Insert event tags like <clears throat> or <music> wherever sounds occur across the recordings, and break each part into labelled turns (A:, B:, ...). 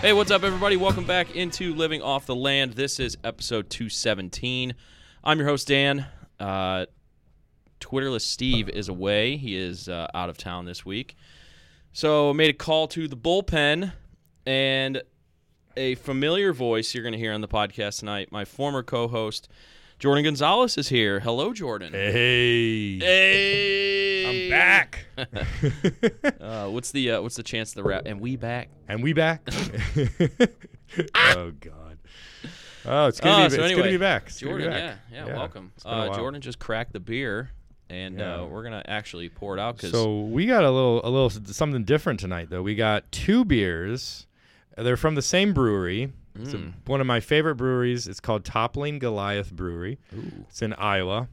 A: Hey, what's up, everybody? Welcome back into Living Off the Land. This is episode 217. I'm your host, Dan. Uh, Twitterless Steve is away. He is uh, out of town this week. So I made a call to the bullpen, and a familiar voice you're going to hear on the podcast tonight, my former co host, Jordan Gonzalez, is here. Hello, Jordan.
B: Hey.
A: Hey. <laughs>
B: I'm back.
A: Uh, what's the uh, what's the chance of the rap? And we back.
B: and
A: <laughs>
B: we back. <laughs> oh God. Oh, it's good,
A: Ah,
B: to,
A: so
B: be, it's good to
A: anyway,
B: be back. It's good to be
A: Jordan, yeah,
B: back.
A: yeah, welcome.
B: It's been a
A: Uh,
B: while.
A: Jordan just cracked the beer, and
B: Yeah.
A: uh, we're gonna actually pour it out because
B: So we got a little, a little s- something different tonight, though. We got two beers. Uh, They're from the same brewery. It's a-
A: Mm.
B: one of my favorite breweries. It's called Toppling Goliath Brewery. It's in Iowa.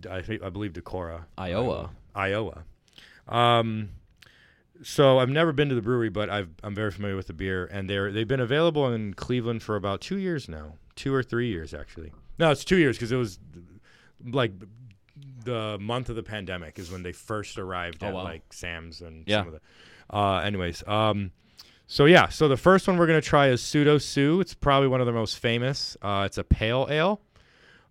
B: D- I, think, I believe Decorah.
A: Iowa.
B: Iowa. Um, so I've never been to the brewery, but I've, I'm very familiar with the beer, and they're they've been available in Cleveland for about two years now, two or three years actually. No, it's two years because it was like the month of the pandemic is when they first arrived
A: Oh,
B: at
A: wow.
B: like Sam's and
A: Yeah.
B: some of the. Uh, anyways, um, so yeah, so the first one we're gonna try is Pseudo Sue. It's probably one of the most famous. Uh, it's a pale ale.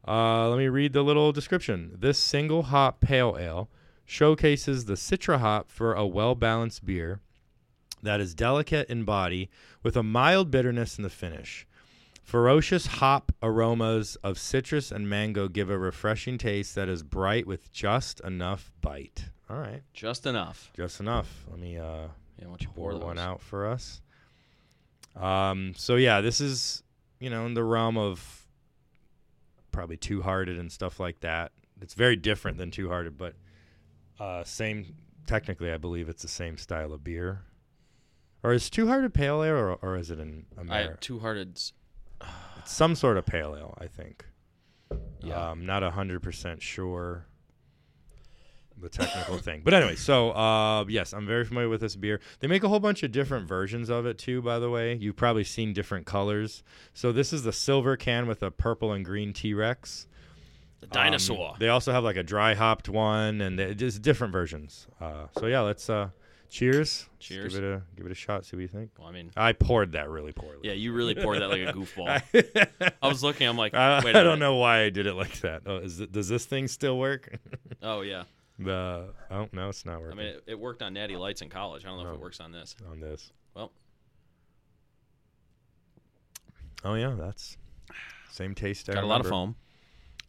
B: Uh, let me read the little description. This single hop pale ale showcases the citra hop for a well balanced beer that is delicate in body with a mild bitterness in the finish. Ferocious hop aromas of citrus and mango give a refreshing taste that is bright with just enough bite. All right,
A: just enough.
B: just enough. Let me uh,
A: Yeah, why don't you pour
B: pour
A: those?
B: one out for us. Um, so yeah, this is you know in the realm of probably Two Hearted and stuff like that. It's very different than Two Hearted, but uh, same technically, I believe it's the same style of beer. Or is Two Hearted pale ale, or, or is it an
A: I have
B: American?
A: two hearted.
B: It's some sort of pale ale, I think.
A: Yeah.
B: Um, not hundred percent sure the technical thing, but anyway. So uh, yes, I'm very familiar with this beer. They make a whole bunch of different versions of it too. By the way, you've probably seen different colors. So this is the silver can with a purple and green T Rex.
A: The dinosaur.
B: they also have like a dry hopped one, and they, just different versions. Uh, so yeah, let's uh, cheers. Let's
A: Cheers.
B: give it a give it a shot. See what you think.
A: well, I mean,
B: I poured that really poorly. <laughs>
A: yeah, you really poured that like a goofball.
B: Yeah.
A: I was looking. I'm like, wait.
B: <laughs> I,
A: a
B: I don't
A: minute.
B: know why I did it like that. Oh, is it, does this thing still work? <laughs>
A: Oh yeah.
B: the oh no, it's not
A: I
B: working
A: mean, it, it worked on Natty Lights in college. I don't know if
B: No.
A: it works on this.
B: on this.
A: Well,
B: Oh yeah, that's same taste. I
A: got a lot of
B: remember.
A: foam.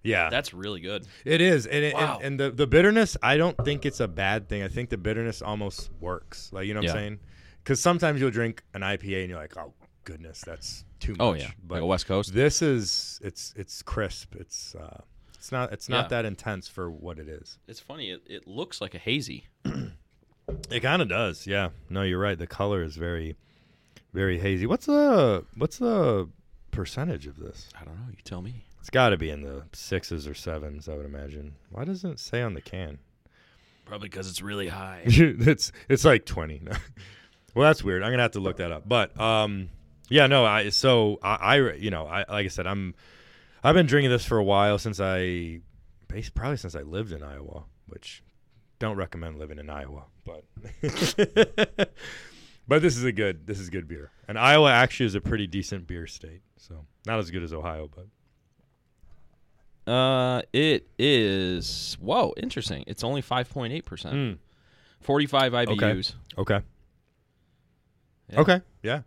B: Yeah,
A: That's really good.
B: it is, and it,
A: Wow.
B: and, and the the bitterness. I don't think it's a bad thing. I think the bitterness almost works. Like you know what I'm
A: Yeah.
B: saying? Because sometimes you'll drink an IPA and you're like, oh goodness, that's too much.
A: Oh yeah, like a West Coast.
B: this is it's it's crisp. It's uh, it's not it's not
A: Yeah.
B: that intense for what it is.
A: It's funny. It, it looks like a hazy.
B: It kind of does. Yeah. No, you're right. The color is very, very hazy. What's the what's the percentage of this?
A: I don't know. You tell me.
B: It's got to be in the sixes or sevens, I would imagine. Why doesn't it say on the can?
A: Probably because it's really
B: <laughs>
A: high.
B: it's it's like twenty. <laughs> well, that's weird. I'm gonna have to look that up. But um, yeah, no. I so I, I you know I like I said I'm I've been drinking this for a while since I bas- probably since I lived in Iowa, which don't recommend living in Iowa, but <laughs> but this is a good this is good beer. And Iowa actually is a pretty decent beer state, so not as good as Ohio, but
A: Uh, it is. Whoa, interesting. It's only five point eight percent.
B: Mm.
A: Forty-five IBUs.
B: okay,
A: Yeah.
B: okay, yeah.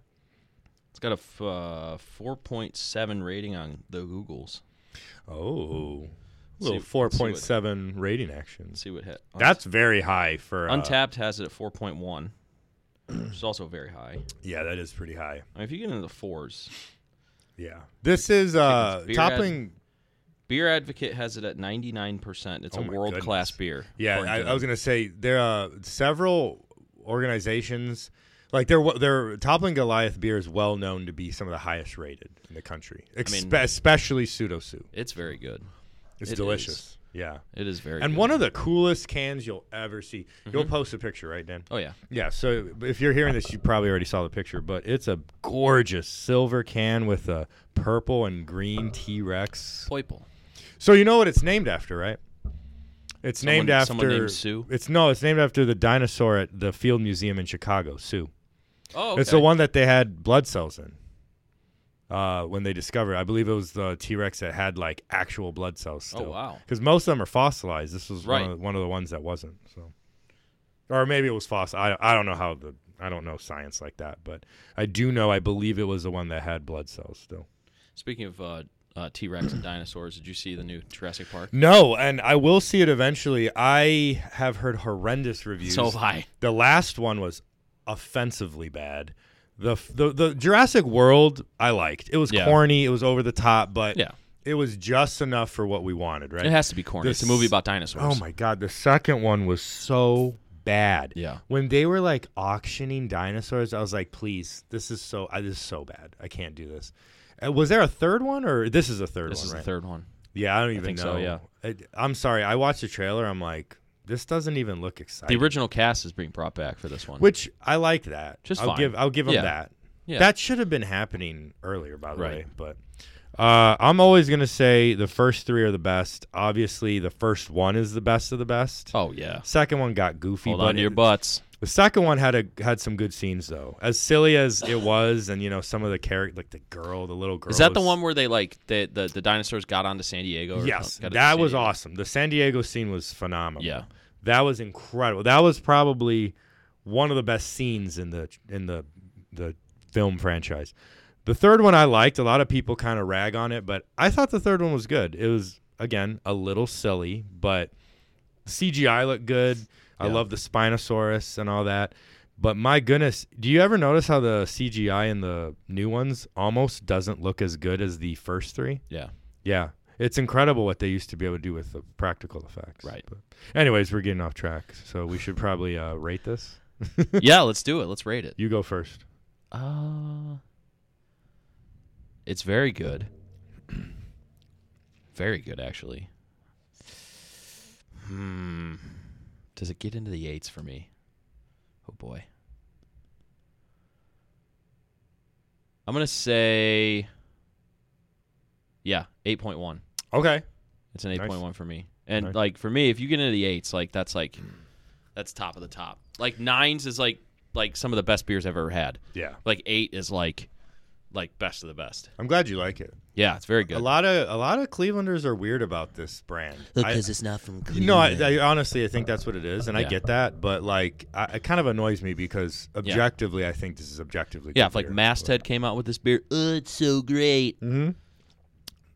A: It's got a f- uh, four point seven rating on the Google's.
B: Oh,
A: Let's see-
B: little
A: let's see
B: four
A: what-
B: point seven rating actions.
A: Let's see what hit. Unt-
B: That's very high for uh,
A: Untapped has it at four point one, which is also very high.
B: Yeah, that is pretty high.
A: I mean, if you get into the fours,
B: Yeah, this is uh,
A: beer ad-
B: toppling.
A: Beer Advocate has it at ninety-nine percent. It's
B: Oh
A: a
B: my
A: world-class beer.
B: Yeah,
A: according
B: I,
A: to
B: I was
A: them.
B: gonna say there are several organizations like they're wa- they're toppling Goliath beer is well known to be some of the highest rated in the country, Expe-
A: mean-
B: especially pseudo sue.
A: It's very good.
B: It's
A: It
B: delicious.
A: is.
B: Yeah.
A: It is very
B: And
A: good.
B: one of the coolest cans you'll ever see.
A: Mm-hmm.
B: You'll post a picture, right, Dan?
A: Oh yeah.
B: Yeah. So if you're hearing this, you probably already saw the picture, but it's a gorgeous silver can with a purple and green T Rex.
A: Poiple.
B: So you know what it's named after, right? It's
A: Someone-
B: named after
A: someone named Sue?
B: It's no, it's named after the dinosaur at the Field Museum in Chicago, Sue.
A: Oh, okay.
B: It's the one that they had blood cells in. Uh, when they discovered, I believe it was the T Rex that had like actual blood cells.
A: Oh,
B: Still.
A: wow.
B: Because most of them are fossilized. This was
A: Right.
B: one, of, one of the ones that wasn't. So, or maybe it was fossil. I I don't know how the I don't know science like that, but I do know I believe it was the one that had blood cells still.
A: Speaking of uh, uh, T Rex and dinosaurs, did you see the new Jurassic Park?
B: No, and I will see it eventually. I have heard horrendous reviews.
A: So high.
B: The last one was offensively bad. The the the Jurassic World I liked. It was
A: Yeah.
B: corny. It was over the top, but
A: Yeah.
B: it was just enough for what we wanted. Right?
A: It has to be corny. it's a
B: This-
A: movie about dinosaurs.
B: oh my god, the second one was so bad.
A: Yeah.
B: When they were like auctioning dinosaurs, I was like, please, this is so I this is so bad. I can't do this. Uh, was there a third one or this is a third
A: This
B: one?
A: is
B: right?
A: the third one.
B: Yeah, I don't even
A: think
B: know.
A: so, yeah.
B: I, I'm sorry. I watched the trailer. I'm like, this doesn't even look
A: The
B: exciting.
A: original cast is being brought back for this one.
B: Which I like that.
A: Just
B: I'll
A: fine.
B: give I'll give them
A: Yeah.
B: that.
A: Yeah.
B: That should have been happening earlier, by the
A: Right.
B: way. But uh, I'm always gonna say the first three are the best. Obviously, the first one is the best of the best.
A: oh yeah.
B: Second one got goofy,
A: Hold
B: but
A: on to your
B: it-
A: butts.
B: the second one had a had some good scenes though. As silly as
A: <sighs>
B: it was, and you know some of the character, like the girl, the little girl.
A: Is that the
B: was-
A: one where they like the the, the dinosaurs got onto San Diego? Or
B: Yes,
A: got to
B: that
A: San
B: was
A: Diego?
B: awesome. The San Diego scene was phenomenal.
A: Yeah.
B: that was incredible. That was probably one of the best scenes in the in the the film franchise. The third one I liked. A lot of people kind of rag on it, but I thought the third one was good. It was again a little silly, but CGI looked good. I
A: Yeah.
B: love the Spinosaurus and all that. But my goodness, do you ever notice how the CGI in the new ones almost doesn't look as good as the first three?
A: Yeah. <laughs>
B: Yeah. It's incredible what they used to be able to do with the practical effects.
A: Right.
B: But anyways, we're getting off track, so we should probably uh, rate this.
A: yeah. Let's do it. Let's rate it.
B: You go first.
A: Uh, it's very good. <clears throat> very good, actually. Hmm. Does it get into the eights for me? Oh boy. I'm gonna say. Yeah, eight point one.
B: Okay.
A: It's an eight
B: Nice.
A: point one for me. And
B: Nice.
A: like for me, if you get into the eights, like that's like that's top of the top. Like nines is like like some of the best beers I've ever had.
B: Yeah.
A: Like eight is like like best of the best.
B: I'm glad you like it.
A: Yeah, it's very good.
B: A lot of a lot of Clevelanders are weird about this brand. I-
C: because it's not from Cleveland.
B: No, I, I honestly I think that's what it is, and I
A: Yeah.
B: get that, but like I, it kind of annoys me because objectively, I think this is objectively.
A: yeah,
B: good
A: if like
B: beer.
A: Masthead came out with this beer,
C: oh, it's so great.
B: Mm.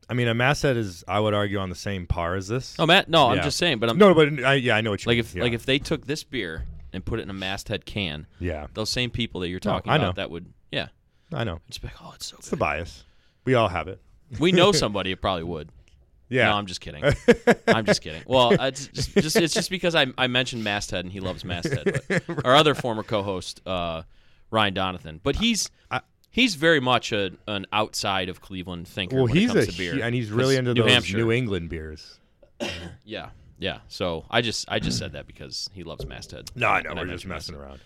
B: I mean, a Masthead is I would argue on the same par as this.
A: oh Matt, no, I'm
B: Yeah.
A: just saying. But I'm
B: no, but I, yeah, I know what you
A: like
B: mean.
A: if
B: yeah.
A: like if they took this beer and put it in a Masthead can,
B: yeah,
A: those same people that you're talking
B: I
A: about
B: know.
A: that would yeah,
B: I know
A: just be like oh
B: <laughs>
A: it's so
B: it's the
A: good.
B: bias. We all have it.
A: we know somebody it probably would.
B: Yeah,
A: No, I'm just
B: <laughs>
A: kidding. I'm just kidding. Well, it's just, just it's just because I, I mentioned Masthead and he loves Masthead.
B: <laughs>
A: But Our other former co-host, uh, Ryan Donathan, but he's he's very much a, an outside of Cleveland thinker.
B: Well,
A: when
B: he's
A: it comes
B: a
A: to beer,
B: hu- and he's
A: 'Cause
B: really into
A: New
B: those
A: Hampshire.
B: New England beers.
A: yeah, yeah. So I just I just said that because he loves Masthead.
B: No, I know
A: And
B: we're just
A: mentioned
B: messing
A: Masthead.
B: around.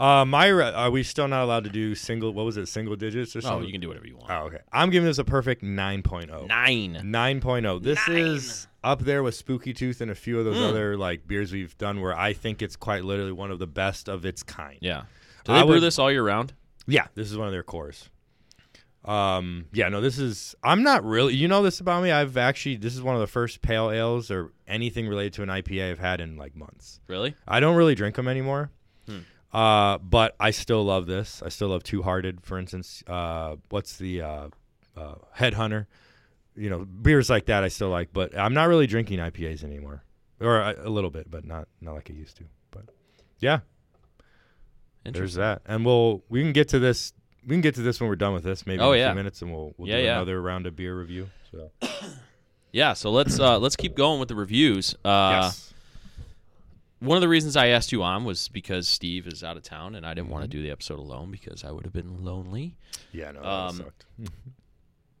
B: Uh, Myra, are we still not allowed to do single? What was it? Single digits or
A: Oh,
B: something?
A: you can do whatever you want.
B: oh, okay. I'm giving this a perfect oh. 9.0.
A: Nine.
B: 9.0. oh. This is up there with Spooky Tooth and a few of those other like beers we've done, where I think it's quite literally one of the best of its kind.
A: Yeah. Do they
B: I
A: brew
B: would-
A: this all year round?
B: Yeah, this is one of their cores. Um, yeah, no, this is. I'm not really. You know this about me. I've actually. This is one of the first pale ales or anything related to an IPA I've had in like months.
A: Really?
B: I don't really drink them anymore.
A: Hmm.
B: Uh, but I still love this. I still love Two Hearted, for instance. Uh, what's the uh, uh, Headhunter? You know, beers like that I still like, but I'm not really drinking IPAs anymore, or a, a little bit, but not not like I used to. But yeah, there's
A: Interesting.
B: that, and we'll we can get to this. We can get to this when we're done with this, maybe
A: Oh,
B: in a
A: yeah.
B: few minutes, and we'll we'll
A: Yeah,
B: do
A: yeah.
B: another round of beer review. So
A: Yeah. So let's uh, let's keep going with the reviews. Uh,
B: yes,
A: one of the reasons I asked you on was because Steve is out of town and I didn't want to do the episode alone because I would have been lonely.
B: yeah, no, that
A: um,
B: sucked.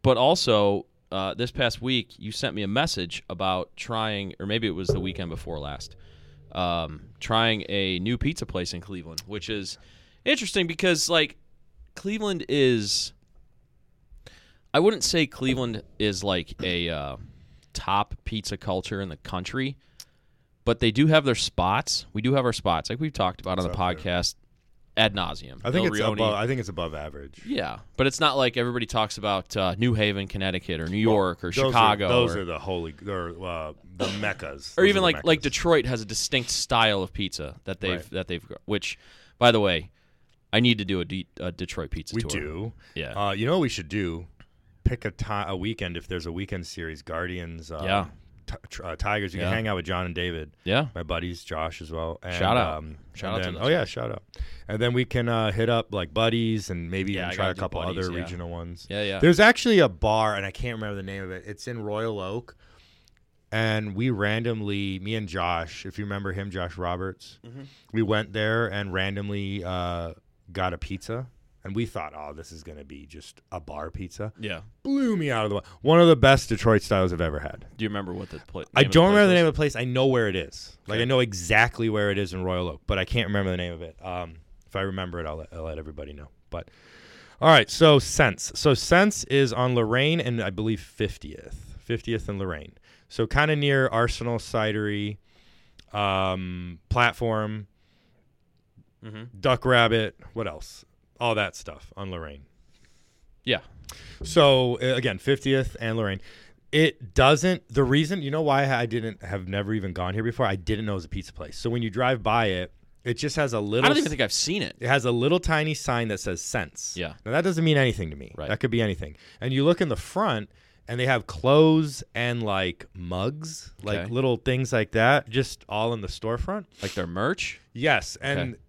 A: But also, uh, this past week you sent me a message about trying, or maybe it was the weekend before last, um, trying a new pizza place in Cleveland, which is interesting because like Cleveland is. I wouldn't say Cleveland is like a uh, top pizza culture in the country, but they do have their spots. We do have our spots, like we've talked about on the
B: It's up
A: podcast ad nauseum.
B: I think
A: Il
B: it's
A: Rione.
B: above. I think it's above average.
A: Yeah, but it's not like everybody talks about uh, New Haven, Connecticut, or New York, or
B: Those are-
A: Chicago,
B: Those
A: or,
B: are the holy, or uh, the meccas,
A: or even
B: Those are the
A: like like
B: meccas.
A: Detroit has a distinct style of pizza that they've
B: Right.
A: that they've which, by the way, I need to do a, D, a Detroit pizza
B: We
A: tour.
B: do.
A: Yeah.
B: Uh, you know what we should do? Pick a ti a weekend if there's a weekend series. Guardians. Um,
A: Yeah.
B: Ti- tr- uh, Tigers. You
A: Yeah.
B: can hang out with John and David,
A: Yeah,
B: my buddies, Josh as well. And,
A: Shout out.
B: Um,
A: Shout
B: and
A: out to
B: then-
A: those
B: Oh yeah, shout out. And then we can uh, hit up like buddies and maybe
A: Yeah, I
B: even try
A: gotta
B: a
A: do
B: couple
A: Buddies,
B: other
A: yeah.
B: regional ones.
A: yeah, yeah.
B: There's actually a bar, and I can't remember the name of it. It's in Royal Oak, and we randomly, me and Josh, if you remember him, Josh Roberts, we went there and randomly uh, got a pizza, and we thought, oh, this is gonna be just a bar pizza.
A: yeah.
B: Blew me out of the wa- One of the best Detroit styles I've ever had.
A: Do you remember what the pla-
B: I
A: name of
B: don't remember
A: place
B: the name
A: was?
B: of the place. I know where it is. Like
A: Okay.
B: I know exactly where it is in Royal Oak, but I can't remember the name of it. Um, if I remember it, I'll let, I'll let everybody know. But all right, so Sense. So Sense is on Lorraine and I believe 50th, 50th and Lorraine. So kind of near Arsenal Cidery, um, platform,
A: Mhm.
B: Duck Rabbit. What else? All that stuff on Lorraine.
A: Yeah,
B: So uh, again, 50th and Lorraine. It doesn't. The reason you know why I didn't have never even gone here before. I didn't know it was a pizza place. So when you drive by it, it just has a little.
A: I don't even
B: s-
A: think I've seen it.
B: it has a little tiny sign that says "Sense."
A: Yeah.
B: Now that doesn't mean anything to me.
A: Right.
B: That could be anything. And you look in the front, and they have clothes and like mugs, like
A: Okay.
B: little things like that, just all in the storefront.
A: Like their merch.
B: Yes, and
A: Okay.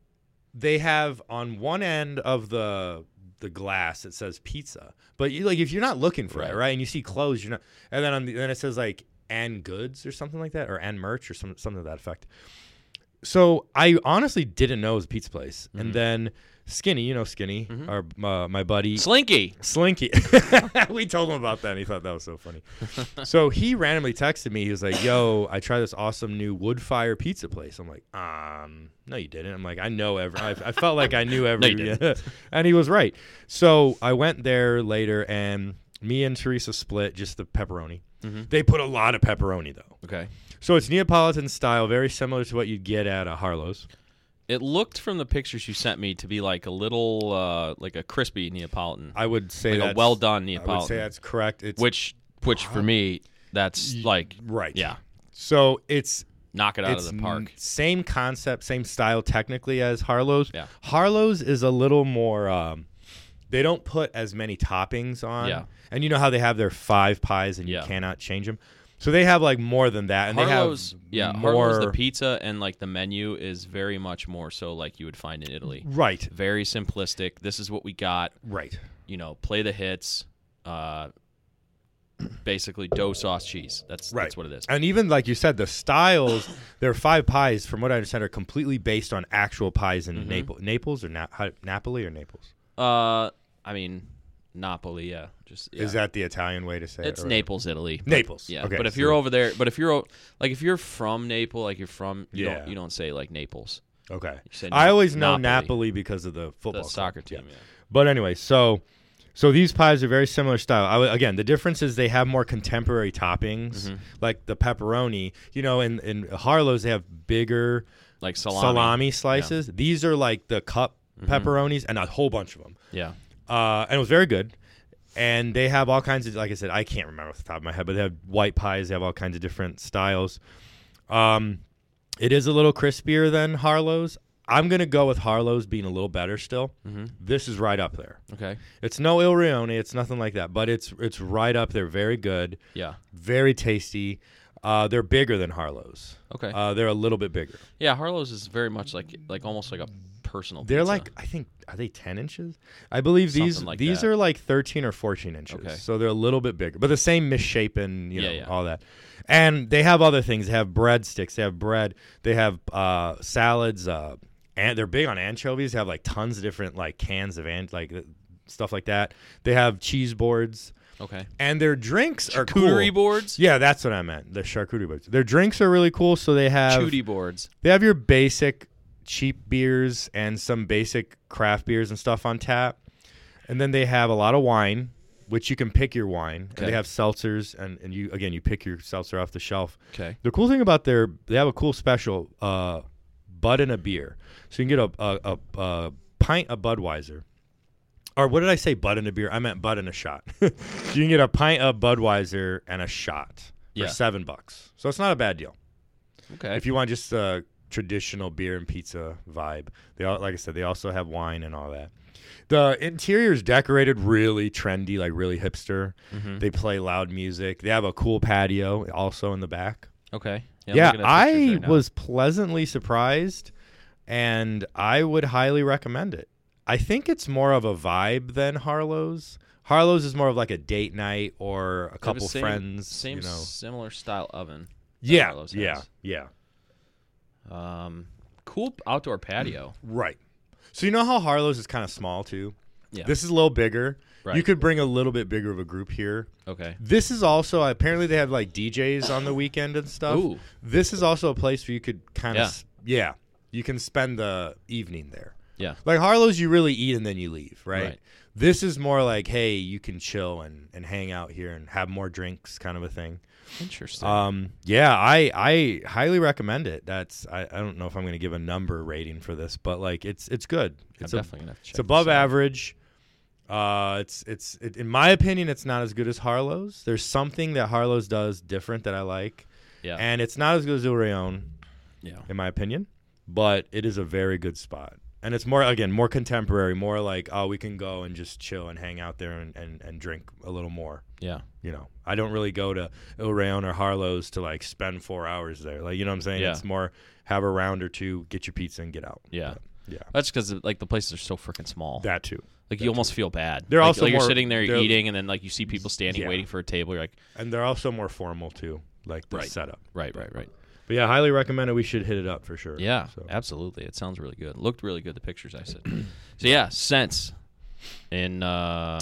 B: they have on one end of the the glass it says pizza, but you like if you're not looking for
A: Right.
B: it, right, and you see clothes, you're not, and then on the, then it says like and goods or something like that, or and merch or some something to that effect. So I honestly didn't know it was a pizza place,
A: Mm-hmm.
B: and then Skinny, you know Skinny, our uh, my buddy
A: Slinky.
B: Slinky. <laughs> we told him about that and he thought that was
A: <laughs>
B: so funny. so he randomly texted me. He was like, Yo, I tried this awesome new wood fire pizza place. I'm like, Um, no, you didn't. I'm like, I know every, I, I felt like
A: <laughs>
B: I knew every,
A: you
B: <laughs> and he was right. So I went there later and me and Teresa split just the pepperoni.
A: Mm-hmm.
B: They put a lot of pepperoni though.
A: Okay.
B: So it's Neapolitan style, very similar to what you'd get at a Harlow's.
A: It looked from the pictures you sent me to be like a little, uh, like a crispy Neapolitan,
B: I would say
A: like a
B: that's-
A: well done
B: I would say
A: Neapolitan.
B: that's correct. It's
A: which which for me that's like
B: right.
A: yeah
B: So it's
A: knock it out of the
B: n-
A: park
B: same concept, same style technically as Harlow's.
A: Yeah.
B: Harlow's is a little more. Um, they don't put as many toppings on.
A: Yeah.
B: And you know how they have their five pies and
A: Yeah.
B: you cannot change them. So they have like more than that, and
A: harlow's
B: they
A: yeah
B: have
A: harlow's the
B: more-
A: pizza and like the menu is very much more so like you would find in italy
B: Right,
A: very simplistic this is what we got
B: right,
A: you know play the hits uh <clears throat> basically dough sauce cheese that's
B: right.
A: that's what it is
B: And even like you said, the styles,
A: <laughs>
B: their five pies, from what I understand, are completely based on actual pies in
A: Mm-hmm.
B: Naples, Naples or Na- how- Napoli or Naples.
A: uh i mean napoli yeah just yeah.
B: Is that the Italian way to say it?
A: it's
B: or-
A: naples italy
B: Naples.
A: Yeah,
B: Okay,
A: but if
B: so-
A: you're over there, but if you're o- like if you're from Naples, like you're from, you
B: Yeah.
A: don't, you don't say like Naples.
B: Okay.
A: said
B: I
A: Na-
B: always know
A: Napoli.
B: Napoli. because of the
A: The
B: football club.
A: soccer
B: Yeah.
A: team. Yeah.
B: But anyway, so so these pies are very similar style. I w again, the difference is they have more contemporary toppings,
A: Mm-hmm.
B: like the pepperoni. You know, in in Harlow's they have bigger
A: Like salami. Mm-hmm.
B: salami, slices. These are like the cup pepperonis and a whole bunch of them.
A: Yeah.
B: Uh, and it was very good. And they have all kinds of, like I said, I can't remember off the top of my head, but they have white pies. They have all kinds of different styles. Um, it is a little crispier than Harlow's. I'm gonna go with Harlow's being a little better still.
A: Mm-hmm.
B: This is right up there.
A: Okay.
B: It's no Il Rione, it's nothing like that, but it's it's right up there. Very good,
A: Yeah.
B: very tasty. Uh, they're bigger than Harlow's.
A: Okay.
B: Uh, they're a little bit bigger.
A: yeah, Harlow's is very much like like almost like a personal.
B: They're
A: pizza.
B: like I think are they ten inches? I believe these
A: Something like
B: these
A: that.
B: are like thirteen or fourteen inches.
A: Okay.
B: So they're a little bit bigger, but the same misshapen, you
A: Yeah,
B: know,
A: yeah.
B: all that. And they have other things. They have breadsticks. They have bread. They have uh, salads. Uh, and they're big on anchovies. They have like tons of different like cans of and like uh, stuff like that. They have cheese boards.
A: Okay.
B: and their drinks are
A: Cootery
B: cool.
A: boards.
B: Yeah, that's what I meant. The charcuterie boards. Their drinks are really cool. So they have
A: Chooty boards.
B: they have your basic cheap beers and some basic craft beers and stuff on tap. And then they have a lot of wine, which you can pick your wine. And
A: Okay.
B: they have seltzers and, and you again you pick your seltzer off the shelf.
A: Okay.
B: The cool thing about their they have a cool special, uh Bud and a beer. So you can get a a, a, a pint of Budweiser. Or what did I say? Bud and a beer. I meant Bud and a shot. <laughs> you can get a pint of Budweiser and a shot
A: Yeah.
B: for seven bucks. So it's not a bad deal
A: Okay.
B: if you want just a traditional beer and pizza vibe they all like i said they also have wine and all that the interior is decorated really trendy like really hipster
A: Mm-hmm.
B: they play loud music they have a cool patio also in the back
A: okay. I'm
B: yeah
A: looking at pictures
B: i
A: right now.
B: was pleasantly surprised and i would highly recommend it i think it's more of a vibe than harlow's harlow's is more of like a date night or a
A: They have a
B: couple
A: same-
B: friends
A: Same
B: you know
A: similar style oven. that
B: yeah
A: Harlow's
B: yeah
A: has.
B: yeah
A: Um, cool outdoor patio.
B: Right. So you know how Harlow's is kind of small too.
A: Yeah.
B: This is a little bigger. You
A: Right.
B: could bring a little bit bigger of a group here.
A: Okay.
B: This is also apparently they have like DJs on the weekend and stuff.
A: Ooh.
B: This is also a place where you could kind
A: Yeah.
B: of yeah. You can spend the evening there.
A: Yeah.
B: Like Harlow's, you really eat and then you leave, right?
A: Right.
B: This is more like, hey, you can chill and, and hang out here and have more drinks, kind of a thing.
A: Interesting.
B: Um, yeah, I I highly recommend it. That's I, I don't know if I'm gonna give a number rating for this, but like it's it's good. It's
A: I'm
B: a-
A: definitely gonna have to check.
B: it's above
A: this out.
B: average. Uh, it's it's it, in my opinion, it's not as good as Harlow's. There's something that Harlow's does different that I like,
A: Yeah.
B: and it's not as good as El Rayon,
A: yeah.
B: in my opinion. But it is a very good spot, and it's more again more contemporary, more like oh we can go and just chill and hang out there and and, and drink a little more.
A: Yeah.
B: You know, I don't really go to El Rayon or Harlow's to like spend four hours there. Like you know what I'm saying?
A: Yeah.
B: It's more have a round or two, get your pizza and get out.
A: Yeah.
B: Yeah.
A: That's because like the places are so freaking small.
B: That too.
A: like you almost feel bad.
B: They're
A: like,
B: also
A: like you're
B: more-
A: sitting there you're
B: they're-
A: eating, and then like you see people standing
B: Yeah.
A: waiting for a table. You're like,
B: And they're also more formal too, like the
A: Right.
B: setup.
A: right, right, right.
B: But yeah, highly recommend it. We should hit it up for sure.
A: Yeah,
B: So.
A: absolutely. It sounds really good. Looked really good. The pictures I said. <clears throat> so yeah, Sense in uh,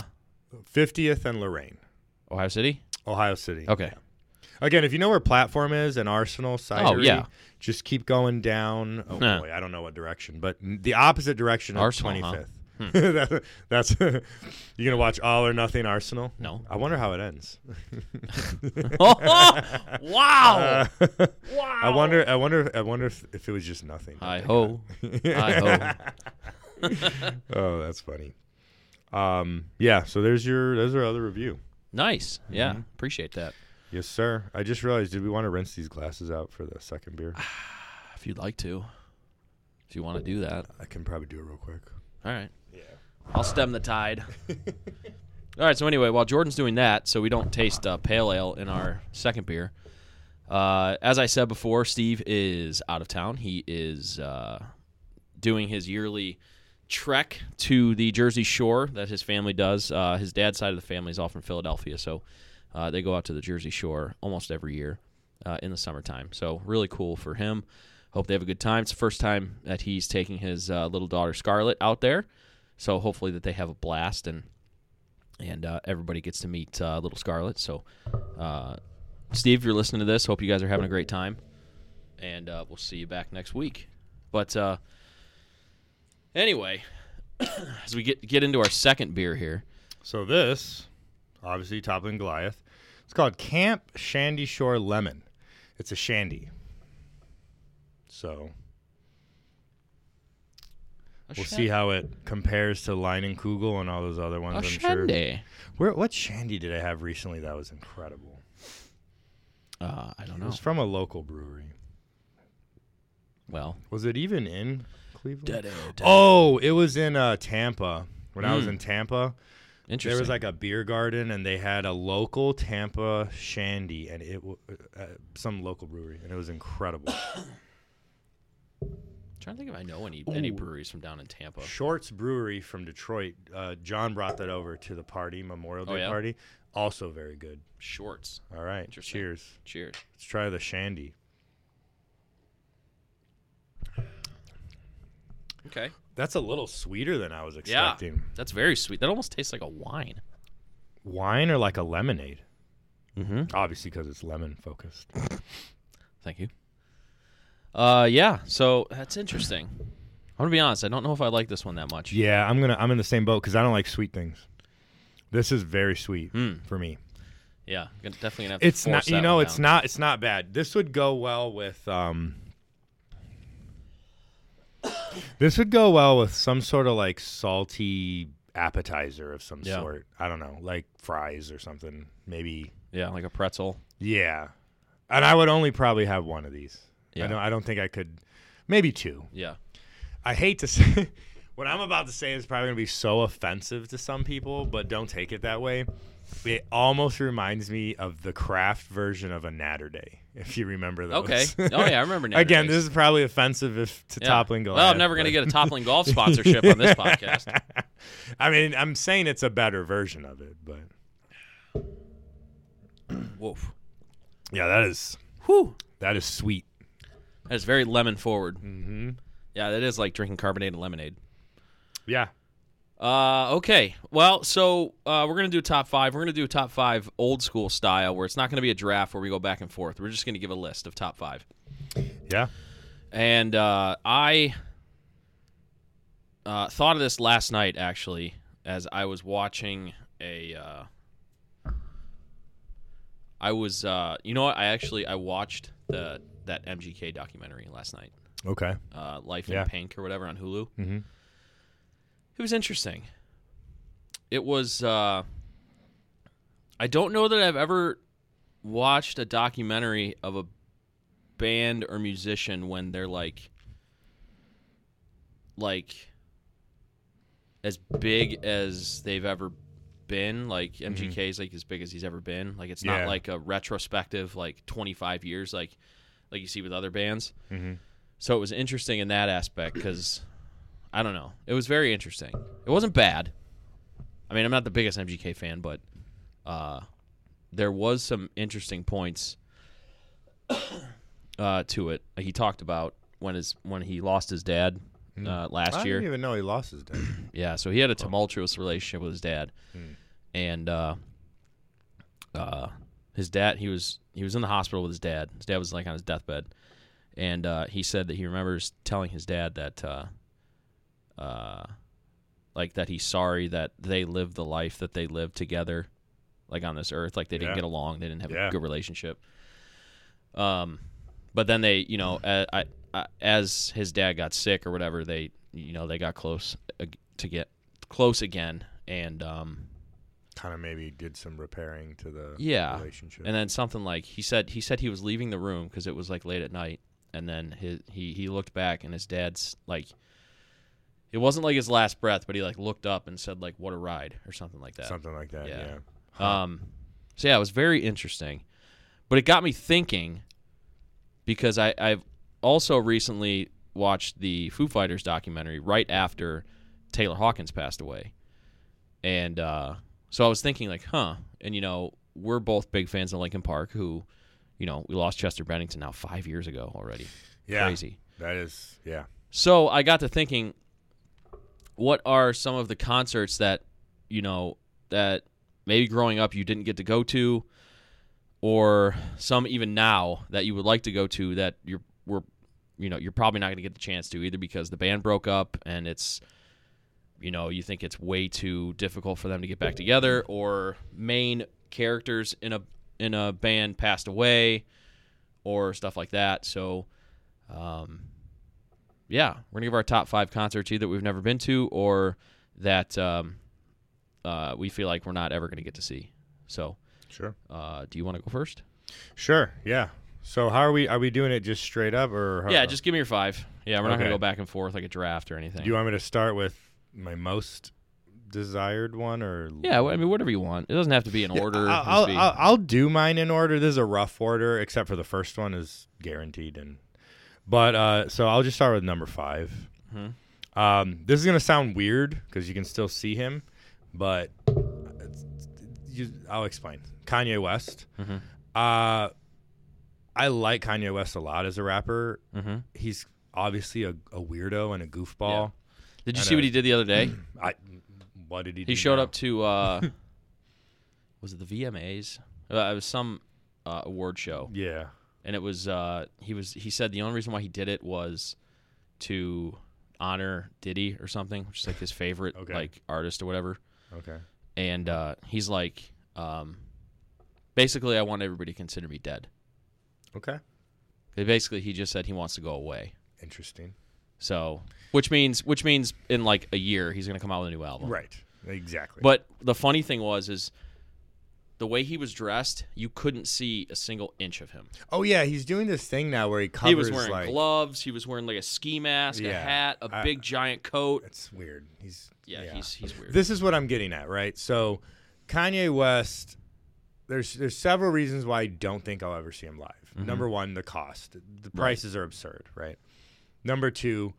B: 50th and Lorraine,
A: Ohio City.
B: Ohio City.
A: <laughs> Okay.
B: Again, if you know where Platform is and Arsenal Cidery,
A: Oh, yeah.
B: just keep going down. Oh
A: Huh.
B: boy, I don't know what direction, but n- the opposite direction of
A: Arsenal, huh? Hmm.
B: 25th. <laughs> That- that's <laughs> you're gonna watch all or nothing Arsenal.
A: No.
B: I wonder how it ends.
A: wow.
B: Uh, wow. <laughs> I wonder. I wonder. I wonder if, if it was just nothing.
A: Hi ho. Hi ho.
B: Oh, that's funny. Um, yeah. So there's your there's our other review.
A: Nice. Yeah. Appreciate that.
B: Yes, sir. I just realized. Did we want to rinse these glasses out for the second beer? <sighs>
A: If you'd like to, if you want to do that.
B: I can probably do it real quick.
A: All right. Yeah. I'll stem the tide. All right. So anyway, while Jordan's doing that, so we don't taste uh, pale ale in our second beer. Uh, as I said before, Steve is out of town. He is uh, doing his yearly trek to the Jersey Shore that his family does. Uh, his dad's side of the family is all from Philadelphia, so uh, they go out to the Jersey Shore almost every year uh, in the summertime. So really cool for him. Hope they have a good time. It's the first time that he's taking his uh, little daughter Scarlett out there, so hopefully that they have a blast and and uh, everybody gets to meet uh, little Scarlett. So, uh, Steve, if you're listening to this, hope you guys are having a great time, and uh, we'll see you back next week. But uh, anyway, <coughs> as we get get into our second beer here,
B: So this, obviously, toppling Goliath. It's called Camp Shandy Shore Lemon. It's a shandy. So
A: a
B: we'll
A: shan-
B: see how it compares to Line and Kugel and all those other ones.
A: a
B: I'm sure.
A: shandy.
B: Where what shandy did I have recently that was incredible?
A: Uh, I don't
B: It
A: know.
B: was from a local brewery.
A: Well,
B: Was it even in Cleveland?
A: oh,
B: Oh, it was in uh, Tampa. When I was
A: Mm.
B: in Tampa,
A: interesting.
B: there was like a beer garden, and they had a local Tampa shandy, and it w- uh, some local brewery, and it was incredible.
A: trying to think if I know any any
B: Ooh.
A: breweries from down in Tampa.
B: Shorts Brewery from Detroit. Uh, John brought that over to the party, Memorial Day
A: Oh, yeah?
B: party. Also very good.
A: Shorts.
B: All right,
A: Interesting.
B: cheers.
A: Cheers.
B: Let's try the shandy.
A: Okay.
B: That's a little sweeter than I was
A: Yeah.
B: expecting.
A: That's very sweet. That almost tastes like a wine.
B: wine or like a lemonade?
A: Mm-hmm.
B: Obviously, because it's lemon focused.
A: Thank you. Uh, yeah. So that's interesting. I'm gonna be honest. I don't know if I like this one that much.
B: Yeah, I'm gonna. I'm in the same boat because I don't like sweet things. This is very sweet
A: Mm.
B: for me.
A: Yeah, gonna- definitely gonna have to.
B: It's
A: force
B: not. You
A: that
B: know,
A: one
B: it's
A: down.
B: not. It's not bad. This would go well with. Um, this would go well with some sort of like salty appetizer of some
A: Yeah.
B: sort. I don't know, like fries or something. Maybe.
A: Yeah, like a pretzel.
B: Yeah, and I would only probably have one of these.
A: Yeah.
B: I don't. I don't think I could. Maybe two.
A: Yeah.
B: I hate to say <laughs> what I'm about to say is probably gonna be so offensive to some people, but don't take it that way. It almost reminds me of the craft version of a natter day, <laughs> if you remember those. <laughs>
A: Okay. oh yeah, I remember. Natter
B: Again,
A: Days.
B: this is probably offensive if to
A: Yeah.
B: toppling Goliath.
A: Well, I'm never gonna
B: but-
A: get a toppling golf sponsorship on this
B: <laughs>
A: podcast. <laughs>
B: I mean, I'm saying it's a better version of it, but
A: Woof.
B: yeah, that is
A: Whew.
B: that is sweet.
A: That is very lemon forward.
B: Mm-hmm.
A: Yeah, that is like drinking carbonated lemonade.
B: Yeah.
A: Uh, okay. Well, so uh, we're gonna do a top five. We're gonna do a top five old school style, where it's not gonna be a draft where we go back and forth. We're just gonna give a list of top five.
B: Yeah.
A: and uh, I uh, thought of this last night actually as I was watching a. Uh, I was, uh, you know, what? I actually I watched the that MGK documentary last night,
B: Okay.
A: uh, Life in
B: Yeah.
A: Pink or whatever on Hulu.
B: Mhm.
A: It was interesting. It was. Uh, I don't know that I've ever watched a documentary of a band or musician when they're like, like, as big as they've ever been. Like MGK is like as big as he's ever been. Like it's
B: Yeah.
A: not like a retrospective, like twenty five years, like like you see with other bands.
B: Mhm.
A: So it was interesting in that aspect because I don't know. It was very interesting. It wasn't bad. I mean, I'm not the biggest MGK fan, but uh, there was some interesting points <coughs> uh, to it. He talked about when his when he lost his dad uh, last
B: I
A: year.
B: didn't even know he lost his day.
A: Yeah, so he had a tumultuous relationship with his dad, and uh, uh, his dad he was he was in the hospital with his dad. His dad was like on his deathbed, and uh, he said that he remembers telling his dad that, uh, uh, like that he's sorry that they lived the life that they lived together, like on this earth. Like they didn't
B: Yeah.
A: get along, they didn't have
B: Yeah.
A: a good relationship. Um, but then they, you know, a- I, I, as his dad got sick or whatever, they, you know, they got close ag- to get close again, and um,
B: Kind of maybe did some repairing to the
A: Yeah.
B: relationship.
A: and then something like he said he said he was leaving the room because it was like late at night, and then his he he looked back and his dad's like. It wasn't like his last breath, but he like looked up and said like "What a ride" or something like that.
B: Something like that.
A: uh, Yeah.
B: yeah.
A: Um, so yeah, it was very interesting, but it got me thinking because I, I've also recently watched the Foo Fighters documentary right after Taylor Hawkins passed away, and uh, so I was thinking like, huh, and you know, we're both big fans of Linkin Park, who, you know, we lost Chester Bennington now five years ago already,
B: Yeah.
A: crazy.
B: That is, yeah.
A: So I got to thinking, what are some of the concerts that you know that maybe growing up you didn't get to go to, or some even now that you would like to go to that you're were you know you're probably not going to get the chance to either because the band broke up and it's you know you think it's way too difficult for them to get back together or main characters in a in a band passed away or stuff like that so um, yeah, we're gonna give our top five concerts either we've never been to or that um, uh, we feel like we're not ever gonna get to see. So,
B: Sure.
A: uh, do you want to go first?
B: Sure. Yeah. So how are we? Are we doing it just straight up, or how,
A: Yeah, just give me your five. Yeah, we're not gonna
B: Okay.
A: go back and forth like a draft or anything.
B: Do you want me to start with my most desired one, or
A: yeah, wh- I mean whatever you want. It doesn't have to be in
B: Yeah,
A: order. It can
B: I'll,
A: just be-
B: I'll, I'll do mine in order. This is a rough order, except for the first one is guaranteed. And but uh, so I'll just start with number 5
A: Mhm.
B: Um, this is gonna sound weird because you can still see him, but it's- you, I'll explain. Kanye West.
A: Mhm.
B: Uh, I like Kanye West a lot as a rapper.
A: Mhm.
B: He's obviously a, a weirdo and a goofball.
A: Did you
B: I
A: see
B: know. <clears throat>
A: what he did the other day?
B: I what did he?
A: He
B: do <laughs>
A: showed
B: now?
A: up to uh, was it the VMAs? Uh, it was some uh, award show,
B: Yeah.
A: and it was uh, he was he said the only reason why he did it was to honor Diddy or something, which is like his favorite
B: Okay.
A: like artist or whatever.
B: Okay.
A: And uh, he's like, um, basically, I want everybody to consider me dead.
B: Okay.
A: Basically, he just said he wants to go away.
B: Interesting.
A: So, which means which means in like a year he's going to come out with a new album.
B: Right. Exactly.
A: But the funny thing was is the way he was dressed, you couldn't see a single inch of him.
B: oh yeah, he's doing this thing now where he covers
A: he was wearing
B: like
A: gloves, he was wearing like a ski mask, a
B: Yeah,
A: hat, a
B: I-
A: big giant coat.
B: That's weird. He's
A: Yeah, he's he's weird.
B: This is what I'm getting at, right? So Kanye West there's there's several reasons why I don't think I'll ever see him live. Number 1, the cost. The prices are absurd, right? Number 2,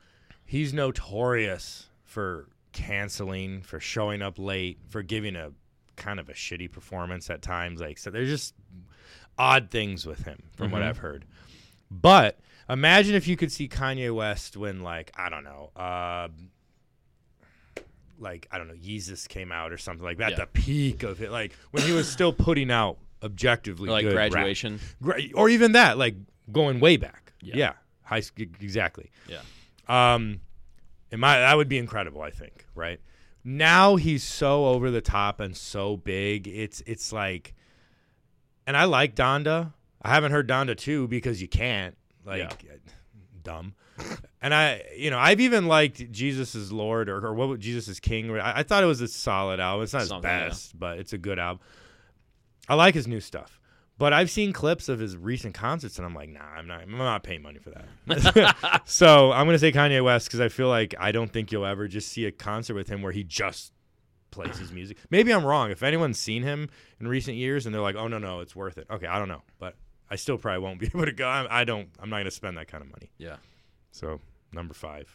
B: he's notorious for canceling, for showing up late, for giving a kind of a shitty performance at times like so there's just odd things with him from what
A: Mm-hmm.
B: I've heard. But imagine if you could see Kanye West when, like, I don't know, uh, like I don't know, Yeezus came out or something like that.
A: Yeah.
B: The peak of it, like when he was still putting out objectively
A: like
B: good rap.
A: graduation.
B: Gra- or even that, like going way back.
A: Yeah.
B: Yeah, high school, exactly.
A: Yeah.
B: Um, in my that would be incredible. I think right now he's so over the top and so big. It's it's like, and I like Donda. I haven't heard Donda two because you can't like dumb. And I, you know, I've even liked Jesus is Lord or, or what would Jesus is King. I, I thought it was a solid album. It's not his
A: Something, yeah.
B: best, but it's a good album. I like his new stuff. But I've seen clips of his recent concerts, and I'm like, nah, I'm not, I'm not paying money for that. <laughs> so I'm gonna say Kanye West because I feel like I don't think you'll ever just see a concert with him where he just plays his music. Maybe I'm wrong. If anyone's seen him in recent years and they're like, oh no, no, it's worth it. Okay, I don't know, but I still probably won't be <laughs> able to go. I, I don't. I'm not gonna spend that kind of money.
A: Yeah.
B: So number five.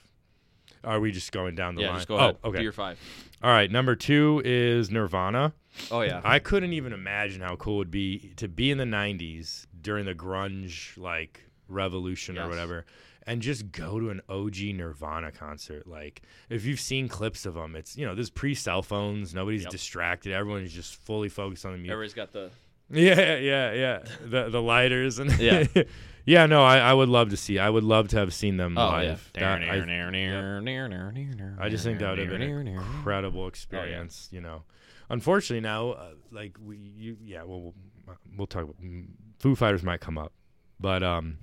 B: Are we just going down the
A: Yeah,
B: line?
A: just go ahead.
B: Oh, okay.
A: Do your 5.
B: All right. Number two is Nirvana.
A: Oh yeah.
B: I couldn't even imagine how cool it would be to be in the 90s during the grunge like revolution
A: Yes.
B: or whatever and just go to an OG Nirvana concert. Like if you've seen clips of them, it's you know, there's pre-cell phones, nobody's
A: Yep.
B: distracted, everyone's just fully focused on the music.
A: Everybody's got the
B: <laughs> Yeah, yeah, yeah. The the lighters and
A: Yeah.
B: <laughs> yeah. No, I, I would love to see. I would love to have seen them
A: Oh yeah.
B: live. That- I, I
A: I
B: just think that would
A: <laughs>
B: have been an incredible experience. You know, unfortunately now, uh, like we, you, yeah. Well, we'll, we'll talk. About, mm, Foo Fighters might come up, but um,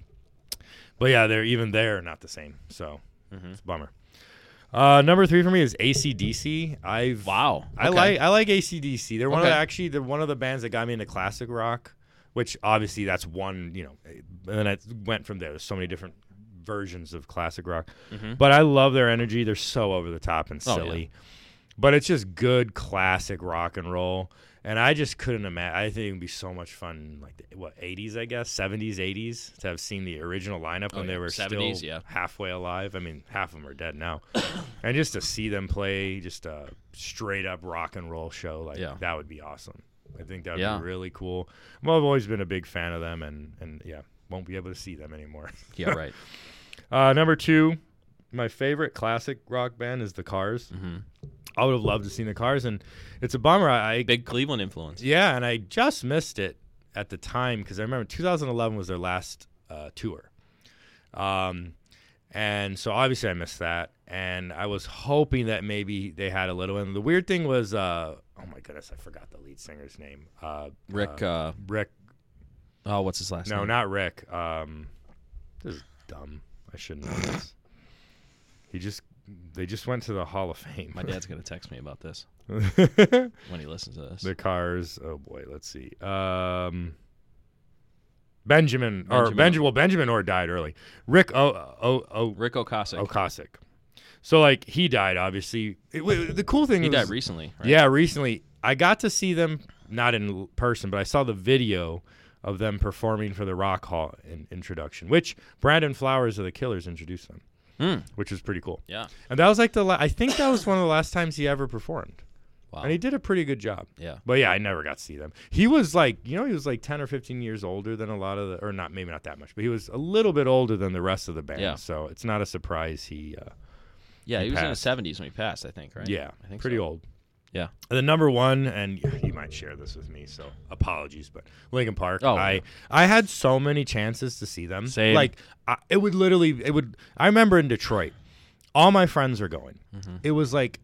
B: but yeah, they're even they're not the same. So
A: Mhm.
B: it's a bummer. Uh, number three for me is ACDC. I've
A: Wow.
B: I
A: Okay.
B: like I like ACDC. They're one of
A: Okay.
B: the, actually they're one of the bands that got me into classic rock, which obviously that's one you know, eh, and then I went from there. There's so many different versions of classic rock,
A: Mhm.
B: but I love their energy. They're so over the top and
A: Oh, yeah.
B: silly, but it's just good classic rock and roll. And I just couldn't imagine. I think it would be so much fun, in, like the, what '80s, I guess, '70s, '80s, to have seen the original lineup
A: Oh,
B: when
A: yeah.
B: they were
A: 70s,
B: still
A: yeah.
B: halfway alive. I mean, half of them are dead now and just to see them play just a straight up rock and roll show like
A: Yeah.
B: that would be awesome i think that would
A: Yeah.
B: be really cool well i've always been a big fan of them and and yeah won't be able to see them anymore <laughs>
A: Yeah, right.
B: uh number two my favorite classic rock band is the cars
A: Mhm.
B: i would have loved to see the cars and it's a bummer i, I
A: Big Cleveland
B: <laughs>
A: influence.
B: yeah and i just missed it at the time because i remember 2011 was their last uh, tour um and so obviously I missed that. And I was hoping that maybe they had a little. And the weird thing was, uh, oh my goodness, I forgot the lead singer's name. Uh,
A: Rick uh,
B: Rick.
A: oh, what's his last
B: No,
A: name?
B: not Rick. Um, this is dumb. I shouldn't know this. He just, they just went to the Hall of Fame.
A: My dad's going to text me about this
B: <laughs>
A: <laughs>
B: the
A: when he listens to this.
B: Cars. Oh boy, let's see. Um, Benjamin, or
A: Benjamin.
B: Benjamin. Well, Benjamin Orr died early. Rick. Oh, oh, oh.
A: Rick Ocasek.
B: Oh, Cossack. So like he died, obviously. It- wait, the cool thing
A: He
B: was,
A: died recently. Right?
B: yeah, recently I got to see them not in l- person, but I saw the video of them performing for the Rock Hall in, introduction, which Brandon Flowers of the Killers introduced them,
A: Hmm.
B: which was pretty cool.
A: Yeah.
B: And that was like the la- I think that was one of the last times he ever performed,
A: Wow.
B: and he did a pretty good job.
A: yeah.
B: But yeah, I never got to see them. He was like, you know, he was like 10 or 15 years older than a lot of the, or not, maybe not that much, but he was a little bit older than the rest of the band.
A: Yeah.
B: So it's not a surprise he, uh,
A: Yeah, he,
B: He
A: was in his
B: passed.
A: seventies when he passed, I think, right?
B: Yeah,
A: I think
B: pretty
A: so.
B: old.
A: Yeah.
B: The number one, and you might not share this with me, so apologies. But Lincoln Park,
A: Oh.
B: I I had so many chances to see them.
A: Same.
B: Like I, it would literally, it would. I remember in Detroit, all my friends were going.
A: Mm-hmm.
B: It was like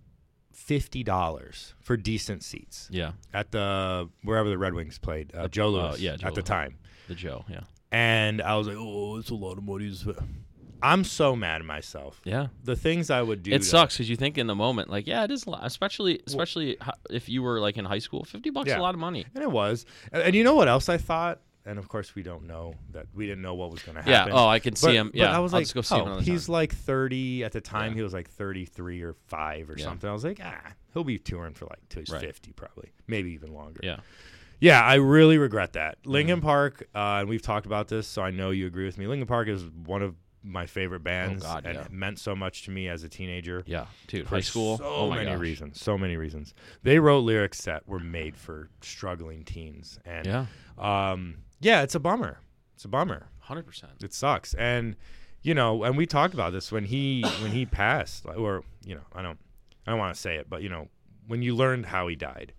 B: fifty dollars for decent seats
A: Yeah,
B: at the wherever the Red Wings played. Uh, Joe
A: uh,
B: Louis,
A: yeah, Joe
B: at the
A: Louis.
B: time,
A: the Joe. Yeah,
B: and I was like, oh, it's a lot of money. to spend." I'm so mad at myself.
A: yeah.
B: The things I would do.
A: It
B: to-
A: sucks because you think in the moment, like, yeah, it is a lot, especially especially ho- if you were like in high school. Fifty bucks is
B: Yeah.
A: a lot of money.
B: And it was. And, and you know what else I thought? And of course, we don't know that we didn't know what was going to
A: Yeah.
B: happen.
A: Oh, I can see
B: But-
A: him.
B: but
A: Yeah.
B: I was
A: will
B: like,
A: just go see him
B: oh,
A: another
B: he's
A: time.
B: like 30 at the time.
A: Yeah.
B: He was like 33 or five or
A: Yeah.
B: something. I was like, ah, he'll be touring for like till he's
A: Right.
B: 50 probably, maybe even longer.
A: Yeah.
B: Yeah, I really regret that.
A: Mm-hmm.
B: Linkin Park, uh, and we've talked about this, so I know you agree with me. Linkin Park is one of my favorite bands,
A: Oh, God,
B: and
A: yeah.
B: it meant so much to me as a teenager.
A: Yeah. Dude,
B: For
A: high school.
B: So
A: oh my
B: many
A: gosh.
B: reasons. So many reasons. They wrote lyrics that were made for struggling teens, and
A: Yeah.
B: um, yeah, it's a bummer. It's a bummer.
A: Hundred percent.
B: It sucks. And you know, and we talked about this when he when he passed, like, or you know, I don't I don't want to say it, but you know, when you learned how he died,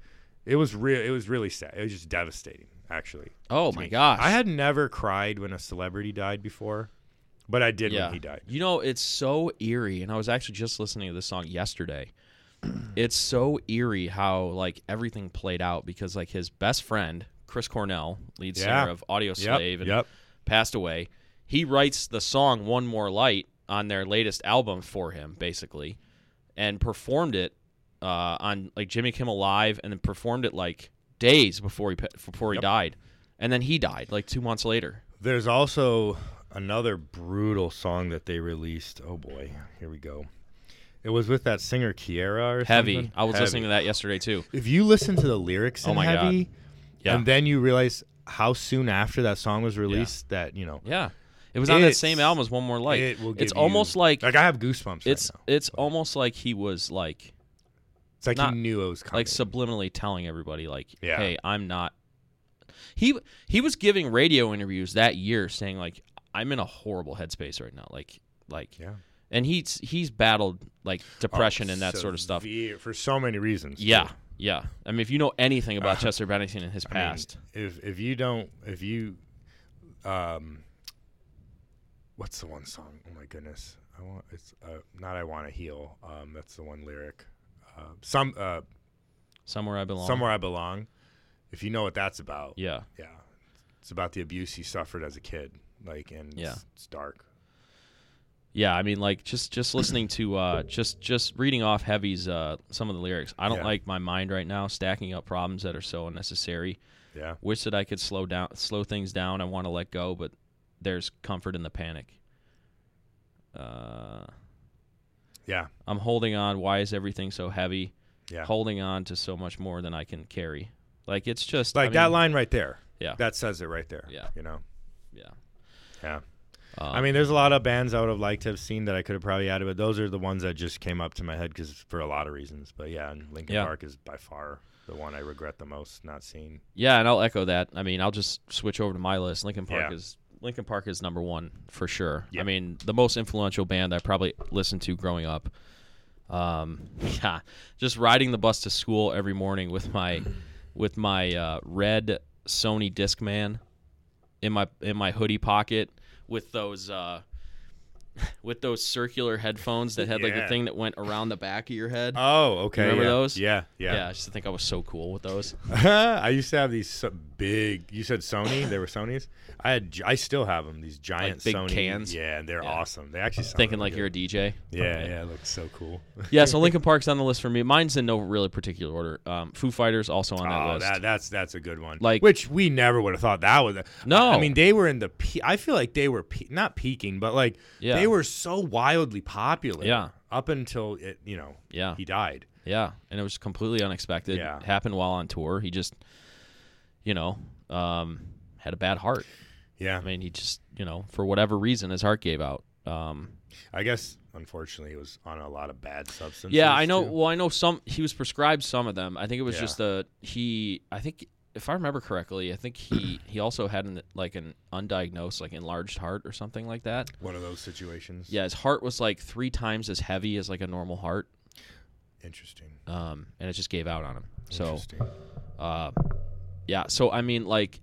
B: it was real. It was really sad. It was just devastating, actually.
A: Oh
B: to
A: my
B: me.
A: gosh.
B: I had never cried when a celebrity died before, but I did when he died.
A: You know, it's so eerie, and I was actually just listening to this song
B: <clears throat>
A: yesterday. it's so eerie how like everything played out because like his best friend Chris Cornell, lead singer
B: Yeah.
A: of Audio
B: Yep.
A: Slave, and
B: yep.
A: passed away. He writes the song "One More Light" on their latest album for him, basically, and performed it uh, on like Jimmy Kimmel Live, and then performed it like days before he pa- before he
B: Yep.
A: died, and then he died like two months later.
B: There's also another brutal song that they released. Oh boy, here we go. It was with that singer Kiera or
A: Heavy.
B: something.
A: I was
B: Heavy.
A: listeing to that yesterday too.
B: if you listen to the lyrics
A: Oh
B: in
A: my God.
B: Heavy,
A: Yeah.
B: and then you realize how soon after that song was released that you know
A: Yeah. It was on that
B: It's-
A: same album as One More Light.
B: it will give
A: it's
B: you-
A: almost like,
B: like I have
A: it's
B: goosebumps. It's right now.
A: it's almost like he was like
B: it's like
A: not-
B: he knew it was coming.
A: like subliminally telling everybody like
B: Yeah.
A: hey, I'm not He he was giving radio interviews that year saying like I'm in a horrible headspace right now like like
B: yeah, Oh,
A: and he's he's battled like depression and that sort of stuff.
B: severe- for so many reasons. too.
A: Yeah. Yeah. I mean if you know anything
B: <laughs>
A: about Chester Bennington and his
B: I mean,
A: past.
B: if if you don't if you, um, what's the one song? Oh my goodness, I want it's uh, not I want to heal. Um, that's the one lyric. Uh, some uh,
A: somewhere I belong.
B: somewhere I belong. If you know what that's about,
A: Yeah.
B: yeah, it's about the abuse he suffered as a kid. Like and
A: Yeah.
B: it's, it's dark.
A: Yeah, I mean, like just just listening to uh, just just reading off Heavy's uh, some of the lyrics. I don't
B: Yeah.
A: like my mind right now stacking up problems that are so unnecessary.
B: Yeah.
A: Wish that I could slow down, slow things down. I want to let go, but there's comfort in the panic. Uh,
B: Yeah.
A: I'm holding on. Why is everything so heavy?
B: Yeah.
A: Holding on to so much more than I can carry. Like it's just
B: Like
A: I
B: that
A: mean,
B: line right there.
A: Yeah.
B: That says it right there.
A: Yeah.
B: You know?
A: Yeah.
B: Yeah.
A: Um,
B: I mean, there's a lot of bands I would have liked to have seen that I could have probably added, but those are the ones that just came up to my head because for a lot of reasons. But yeah, and Linkin
A: Yeah.
B: Park is by far the one I regret the most not seeing.
A: Yeah, and I'll echo that. I mean, I'll just switch over to my list. Lincoln Park
B: Yeah.
A: is Lincoln Park is number one for sure. I
B: Yeah.
A: mean, the most influential band I probably listened to growing up. Um, <laughs> yeah, just riding the bus to school every morning with my with my uh, red Sony Discman in my in my hoodie pocket with those uh, <laughs> with those circular headphones that had like the
B: Yeah.
A: thing that went around the back of your head.
B: Oh, okay.
A: remember
B: yeah.
A: those?
B: Yeah.
A: yeah,
B: Yeah.
A: I just think I was so cool with those.
B: <laughs> I used to have these so- big. You said Sony. They were Sony's. I had. gi- I still have them. These giant
A: big
B: Sony
A: cans?
B: Yeah, and they're
A: Yeah.
B: awesome. They actually sound
A: Thinking
B: really
A: like you're a
B: good.
A: DJ. <laughs>
B: Yeah, yeah. It looks so cool.
A: yeah, so Lincoln Park's on the list for me. Mine's in no really particular order. Um, Foo Fighters also on that
B: Oh,
A: list.
B: that, that's that's a good one.
A: Like-
B: which we never would have thought that was. A,
A: No.
B: I mean they were in the. Pe- I feel like they were pe- not peaking, but like
A: Yeah.
B: they were so wildly popular.
A: Yeah.
B: up until it, you know,
A: yeah,
B: he died.
A: yeah, and it was completely unexpected.
B: Yeah.
A: It happened while on tour. He just, you know, um, had a bad heart.
B: Yeah,
A: I mean, he just, you know, for whatever reason, his heart gave out. Um,
B: I guess unfortunately it was on a lot of bad substances.
A: yeah, I know.
B: too.
A: Well, I know some. He was prescribed some of them. I think it was
B: Yeah.
A: just the he. I think if I remember correctly, I think he he also had an like an undiagnosed like enlarged heart or something like that.
B: One of those situations.
A: Yeah, his heart was like three times as heavy as like a normal heart.
B: interesting.
A: um, and it just gave out on him. So
B: Interesting.
A: Uh, yeah. So I mean, like,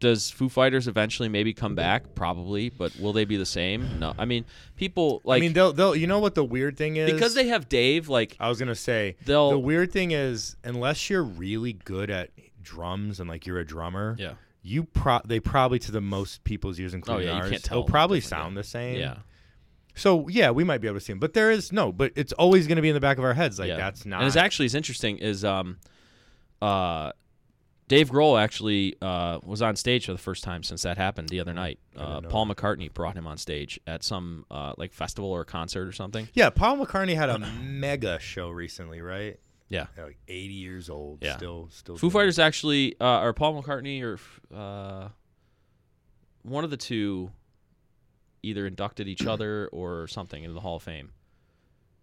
A: does Foo Fighters eventually maybe come back? Probably, but will they be the same? No. I mean, people like
B: I mean, they'll they'll. You know what the weird thing is?
A: because they have Dave. Like,
B: I was gonna say
A: They'll-
B: the weird thing is unless you're really good at drums and like you're a drummer,
A: yeah, Oh,
B: you pro they probably to the most people's ears, including
A: yeah, you
B: ours,
A: can't tell
B: they'll
A: them
B: probably
A: different,
B: sound the same.
A: yeah.
B: So yeah, we might be able to see them, but there is no. But it's always gonna be in the back of our heads. Like
A: Yeah.
B: that's not.
A: And it's actually it's interesting is um uh Dave Grohl actually uh, was on stage for the first time since that happened the other night. Uh,
B: Mm. know
A: Paul McCartney brought him on stage at some uh, like festival or concert or something.
B: yeah, Paul
A: <clears throat>
B: McCartney had a mega show recently, right?
A: Yeah.
B: At, like 80 years old,
A: Yeah.
B: still, still.
A: Foo
B: doing it.
A: Fighters actually, uh, or Paul McCartney, or uh, one of the two, either inducted each other or something into the Hall of Fame.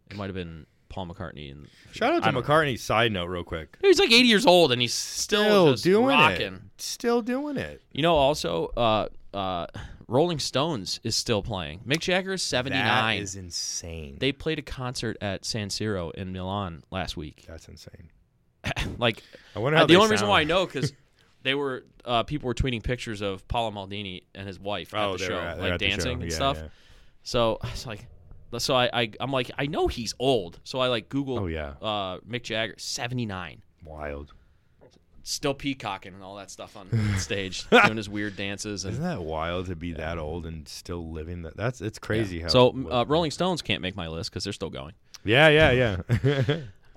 A: It might have been Paul McCartney. And
B: Shout out
A: I don't
B: to
A: know.
B: McCartney. Side note, real quick.
A: He's like 80 years old and he's still, just
B: doing
A: rocking.
B: it. Still doing it.
A: You know, also, uh, uh, Rolling Stones is still playing. Mick Jagger is 79.
B: That is insane.
A: they played a concert at San Siro in Milan last week.
B: That's insane.
A: like,
B: I wonder how
A: Uh, the
B: they
A: only reason
B: sound.
A: why I know
B: <laughs>
A: because they were uh, people were tweeting pictures of Paolo Maldini and his wife at
B: Oh,
A: the
B: they're
A: show,
B: at- they're
A: like
B: at the show.
A: dancing and
B: Yeah,
A: stuff.
B: yeah.
A: So I was like, so I, I I'm like I know he's old. So I like Googled
B: Oh, yeah.
A: uh, Mick Jagger, 79,
B: Wild.
A: still peacocking and all that stuff
B: <laughs>
A: on stage, doing his weird dances and
B: Isn't that wild to be that old and still living? That that's it's crazy how.
A: So m- uh, Rolling Stones can't make my list because they're still going.
B: Yeah, yeah, <laughs> yeah.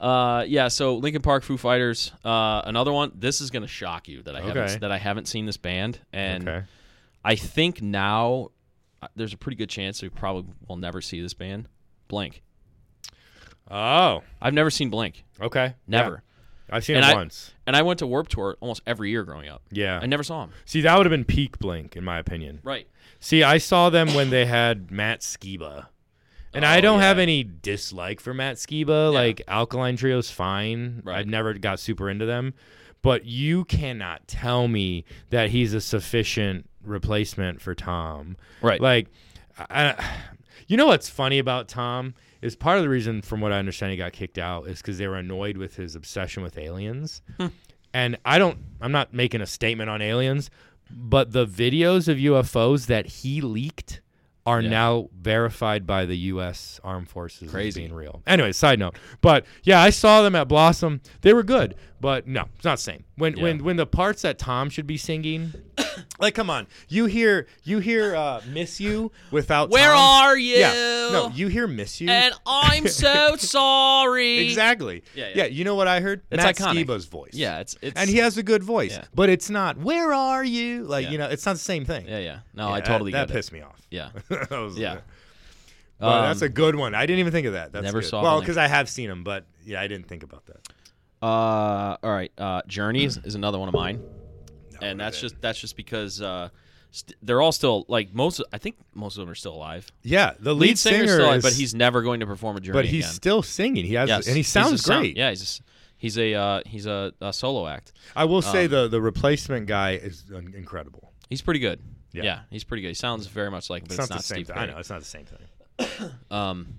A: Uh, yeah. So Linkin Park, Foo Fighters, uh, another one. This is gonna shock you that I
B: Okay.
A: haven't that I haven't seen this band, and
B: okay.
A: I think now uh, there's a pretty good chance we probably will never see this band. Blink.
B: Oh,
A: I've never seen Blink,
B: okay.
A: never.
B: Yeah. I've seen
A: And
B: it
A: I-
B: once.
A: And I went to Warp Tour almost every year growing up.
B: Yeah.
A: I never saw them.
B: See, that would have been peak Blink, in my opinion.
A: Right.
B: See, I saw them when they had Matt Skiba. And I
A: Oh,
B: don't have
A: yeah.
B: any dislike for Matt Skiba.
A: Yeah.
B: Like Alkaline Trio's fine.
A: Right.
B: I've never got super into them. But you cannot tell me that he's a sufficient replacement for Tom.
A: Right.
B: Like I, you know what's funny about Tom is part of the reason from what I understand he got kicked out is cuz they were annoyed with his obsession with aliens.
A: Hmm.
B: and I don't I'm not making a statement on aliens, but the videos of UFOs that he leaked are
A: Yeah.
B: now verified by the US armed forces
A: Crazy.
B: as being real. Anyway, side note. But yeah, I saw them at Blossom. They were good, but no, it's not the same. When when when the parts that Tom should be singing like come on. You hear you hear uh, miss you without
A: Where
B: Tom.
A: are you?
B: Yeah. No, you hear miss you.
A: and I'm
B: <laughs>
A: so sorry.
B: exactly.
A: Yeah, yeah.
B: you know what I heard?
A: It's
B: Matt
A: iconic.
B: Skiba's voice.
A: Yeah. It's it's
B: and he has a good voice,
A: Yeah.
B: but it's not. Where are you? Like
A: Yeah.
B: you know, it's not the same thing.
A: Yeah. Yeah. No,
B: Yeah,
A: I
B: that-
A: totally
B: that,
A: get it.
B: pissed me off. <laughs>
A: Yeah.
B: I was like,
A: Yeah.
B: Wow, that's
A: Um,
B: a good one. I didn't even think of that. That's
A: Never
B: good.
A: saw
B: Well,
A: Blink.
B: because I have seen him, but yeah, I didn't think about that.
A: Uh, all right. Uh, Journeys
B: Mm.
A: is another one of mine,
B: That would've
A: and that's
B: been-
A: just that's just because uh, st- they're all still like most. I think most of them are still alive.
B: yeah. The lead,
A: Lead, singer's still alive,
B: is-
A: but he's never going to perform a Journey
B: but he's
A: again.
B: still singing. He has
A: Yes,
B: and he
A: he's a
B: sounds
A: sound-
B: great.
A: yeah, he's just, he's a uh, he's a, a solo act.
B: I will
A: Um,
B: say the the replacement guy is un- incredible.
A: He's pretty good.
B: Yeah.
A: Yeah. he's pretty good. He sounds very much like, him, but it's,
B: the
A: not,
B: same
A: Steve.
B: thing. I
A: Perry.
B: know it's not the same thing.
A: Um,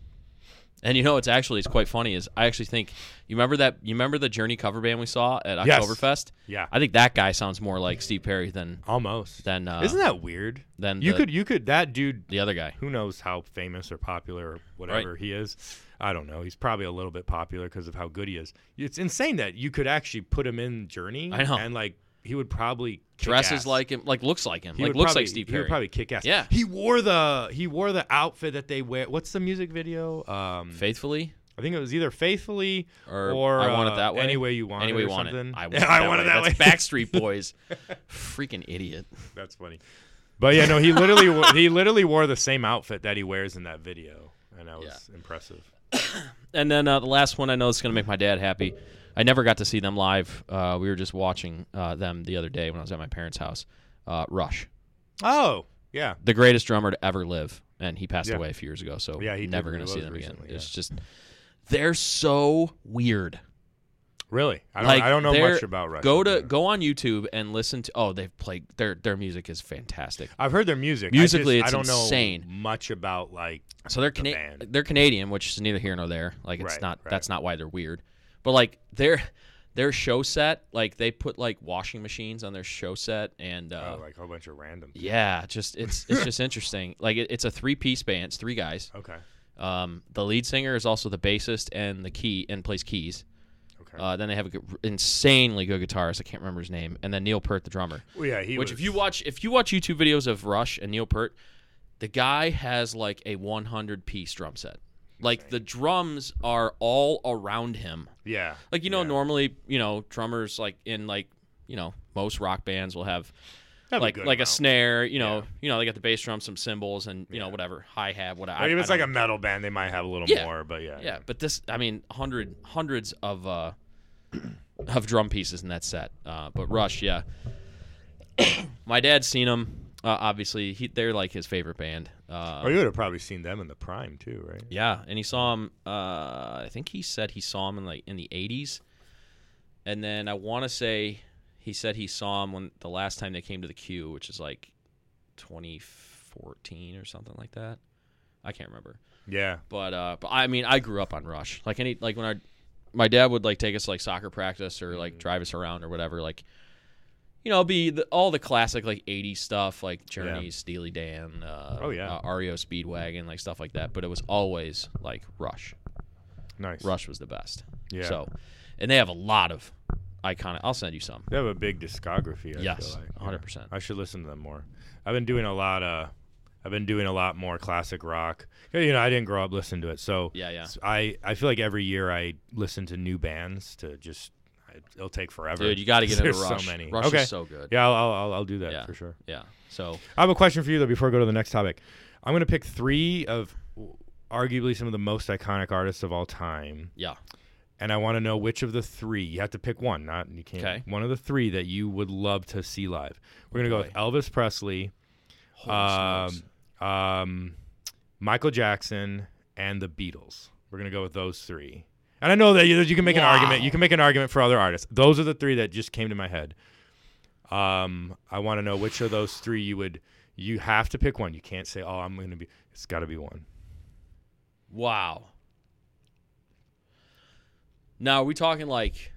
A: and you know it's actually it's quite funny. Is I actually think you remember that you remember the Journey cover band we saw at
B: Yes.
A: Oktoberfest?
B: Yeah,
A: I think that guy sounds more like Steve Perry than
B: almost.
A: than uh,
B: Isn't that weird?
A: than
B: You
A: the-
B: could you could that dude
A: the other guy.
B: who knows how famous or popular or whatever he is. I don't know. He's probably a little bit popular because of how good he is. It's insane that you could actually put him in Journey.
A: I know.
B: and like he would probably kick
A: dresses
B: ass.
A: like him, like looks like him,
B: He
A: like
B: would
A: looks
B: probably-
A: like Steve
B: He
A: Perry.
B: would probably kick ass.
A: Yeah.
B: he wore the he wore the outfit that they wear. What's the music video? Um,
A: Faithfully,
B: I think it was either faithfully
A: or,
B: or,
A: I want
B: uh,
A: it that way.
B: Any way you want
A: Any
B: it.
A: way
B: or
A: you want
B: something.
A: it.
B: <laughs>
A: I want
B: Yeah,
A: it
B: I
A: that
B: want
A: way.
B: it that way.
A: That's
B: <laughs>
A: Backstreet Boys. Freaking idiot.
B: That's funny. But yeah, no, he literally wo- he literally wore the same outfit that he wears in that video, and that was impressive.
A: And then uh, the last one I know is going to make my dad happy. I never got to see them live. Uh, we were just watching uh, them the other day when I was at my parents' house. Uh, Rush,
B: Oh yeah,
A: the greatest drummer to ever live, and he passed
B: Yeah.
A: away a few years ago. So
B: Yeah, he did
A: never
B: when
A: going
B: he
A: to see
B: was
A: them
B: recently,
A: again.
B: yeah.
A: It's just they're so weird.
B: really? I don't
A: Like,
B: I don't know
A: they're-
B: much about Rush.
A: Go
B: but,
A: to
B: uh,
A: go on YouTube and listen to. Oh, they've played their their music is fantastic.
B: I've heard their music.
A: Musically,
B: I, just,
A: it's
B: I don't
A: insane.
B: know much about like. uh,
A: So they're
B: the
A: Cana-
B: band.
A: they're Canadian, which is neither here nor there. Like it's
B: Right,
A: not
B: right.
A: that's not why they're weird. But like they're Their show set, like they put like washing machines on their show set, and uh,
B: oh, like a whole bunch of random.
A: yeah, just it's it's
B: <laughs>
A: just interesting. Like it, it's a three piece band, it's three guys.
B: Okay.
A: Um, the lead singer is also the bassist and the key and plays keys.
B: Okay.
A: Uh, then they have an insanely good guitarist. I can't remember his name, and then Neil Peart, the drummer.
B: well, yeah, he
A: Which,
B: was,
A: if you watch, if you watch YouTube videos of Rush and Neil Peart, the guy has like a 100 piece drum set. Like the drums are all around him.
B: yeah,
A: Like you know,
B: yeah.
A: normally you know drummers like in like you know most rock bands will have
B: Have
A: like
B: good
A: like a
B: amount.
A: snare. You know,
B: Yeah.
A: you know they got the bass drum, some cymbals, and you know
B: Yeah.
A: whatever hi hat, whatever.
B: Like,
A: I-
B: if
A: I
B: it's like a
A: don't-
B: metal band, they might have a little
A: Yeah.
B: more, but yeah,
A: yeah, but this I mean hundred hundreds of uh <clears throat> of drum pieces in that set. Uh, but Rush, yeah. <coughs> My dad's seen them. Uh, obviously, he they're like his favorite band. Uh,
B: Or Oh, you would have probably seen them in the prime too, right?
A: yeah, and he saw him. Uh, I think he said he saw him in like in the '80s, and then I want to say he said he saw him when the last time they came to the queue, which is like 2014 or something like that. I can't remember,
B: Yeah.
A: but uh, but I mean, I grew up on Rush. Like any like when our my dad would like take us to, like soccer practice or
B: Mm-hmm.
A: like drive us around or whatever. Like you know, be the, all the classic like '80s stuff, like Journey, Steely Dan, uh,
B: Oh, yeah.
A: uh, REO Speedwagon, like stuff like that. But it was always like Rush.
B: Nice.
A: Rush was the best.
B: Yeah.
A: So, and they have a lot of iconic. I'll send you some.
B: They have a big discography. I
A: Yes,
B: feel like. Yeah.
A: 100%.
B: I should listen to them more. I've been doing a lot. Uh, I've been doing a lot more classic rock. You know, I didn't grow up listening to it, so
A: Yeah, yeah.
B: s- I I feel like every year I listen to new bands to just. I- It'll take forever.
A: Dude, you got
B: <laughs>
A: to get into
B: There's
A: Rush.
B: so many.
A: Rush
B: okay.
A: is so good.
B: yeah, I'll, I'll I'll- I'll do that
A: Yeah.
B: for sure.
A: Yeah. So,
B: I have a question for you though before I go to the next topic. I'm going to pick three of w- arguably some of the most iconic artists of all time.
A: yeah.
B: and I want to know which of the three. You have to pick one, not you can't.
A: Okay.
B: One of the three that you would love to see live. We're gonna go with Elvis Presley,
A: Holy
B: um,
A: smokes.
B: um, Michael Jackson, and the Beatles. We're gonna go with those three. And I know that you, you can make an argument. You can make an argument for other artists. Those are the three that just came to my head. Um, I want to know which of those three you would. You have to pick one. You can't say, "Oh, I'm gonna be." It's got to be one.
A: Wow. Now, are we talking like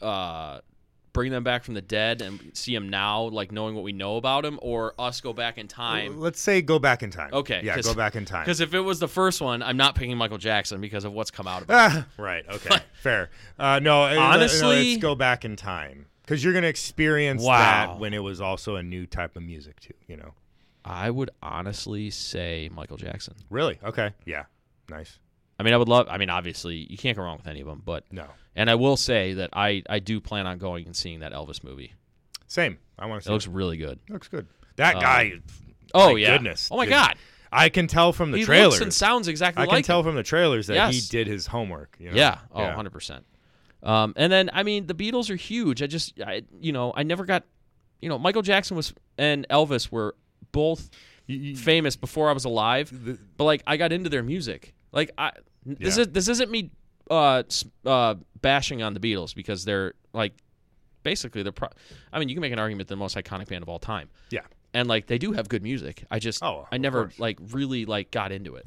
A: uh bring them back from the dead and see them now, like knowing what we know about them, or us go back in time?
B: Let's say go back in time.
A: Okay,
B: Yeah,
A: 'cause-
B: go back in time.
A: Because if it was the first one, I'm not picking Michael Jackson because of what's come out about.
B: Ah,
A: <laughs>
B: right. Okay. Fair. Uh, no. it- no,
A: Honestly-
B: let's go back in time because you're gonna experience
A: Wow.
B: that when it was also a new type of music too. You know.
A: I would honestly say Michael Jackson.
B: Really? Okay. Yeah. Nice.
A: I mean, I would love. I mean, obviously, you can't go wrong with any of them. But
B: No.
A: and I will say that I I do plan on going and seeing that Elvis movie.
B: Same. I want to
A: It
B: see.
A: looks really good.
B: it. Looks good. That guy.
A: Oh
B: my
A: yeah!
B: Goodness.
A: Oh my
B: dude.
A: God!
B: I can tell from the
A: he
B: trailers.
A: looks and sounds exactly
B: I can
A: like.
B: tell
A: him.
B: from the trailers that he
A: Yes.
B: did his homework. You know?
A: Yeah. Oh, 100 percent. Um, and then I mean, the Beatles are huge. I just, I you know, I never got, you know, Michael Jackson was and Elvis were both
B: You- you-
A: famous before I was alive.
B: the-
A: but like I got into their music. Like I this
B: Yeah.
A: is this isn't me uh s- uh bashing on the Beatles because they're like basically they're pro- I mean you can make an argument they're the most iconic band of all time.
B: yeah.
A: And like they do have good music. I just
B: Oh,
A: I
B: of
A: never
B: course.
A: like really like got into it.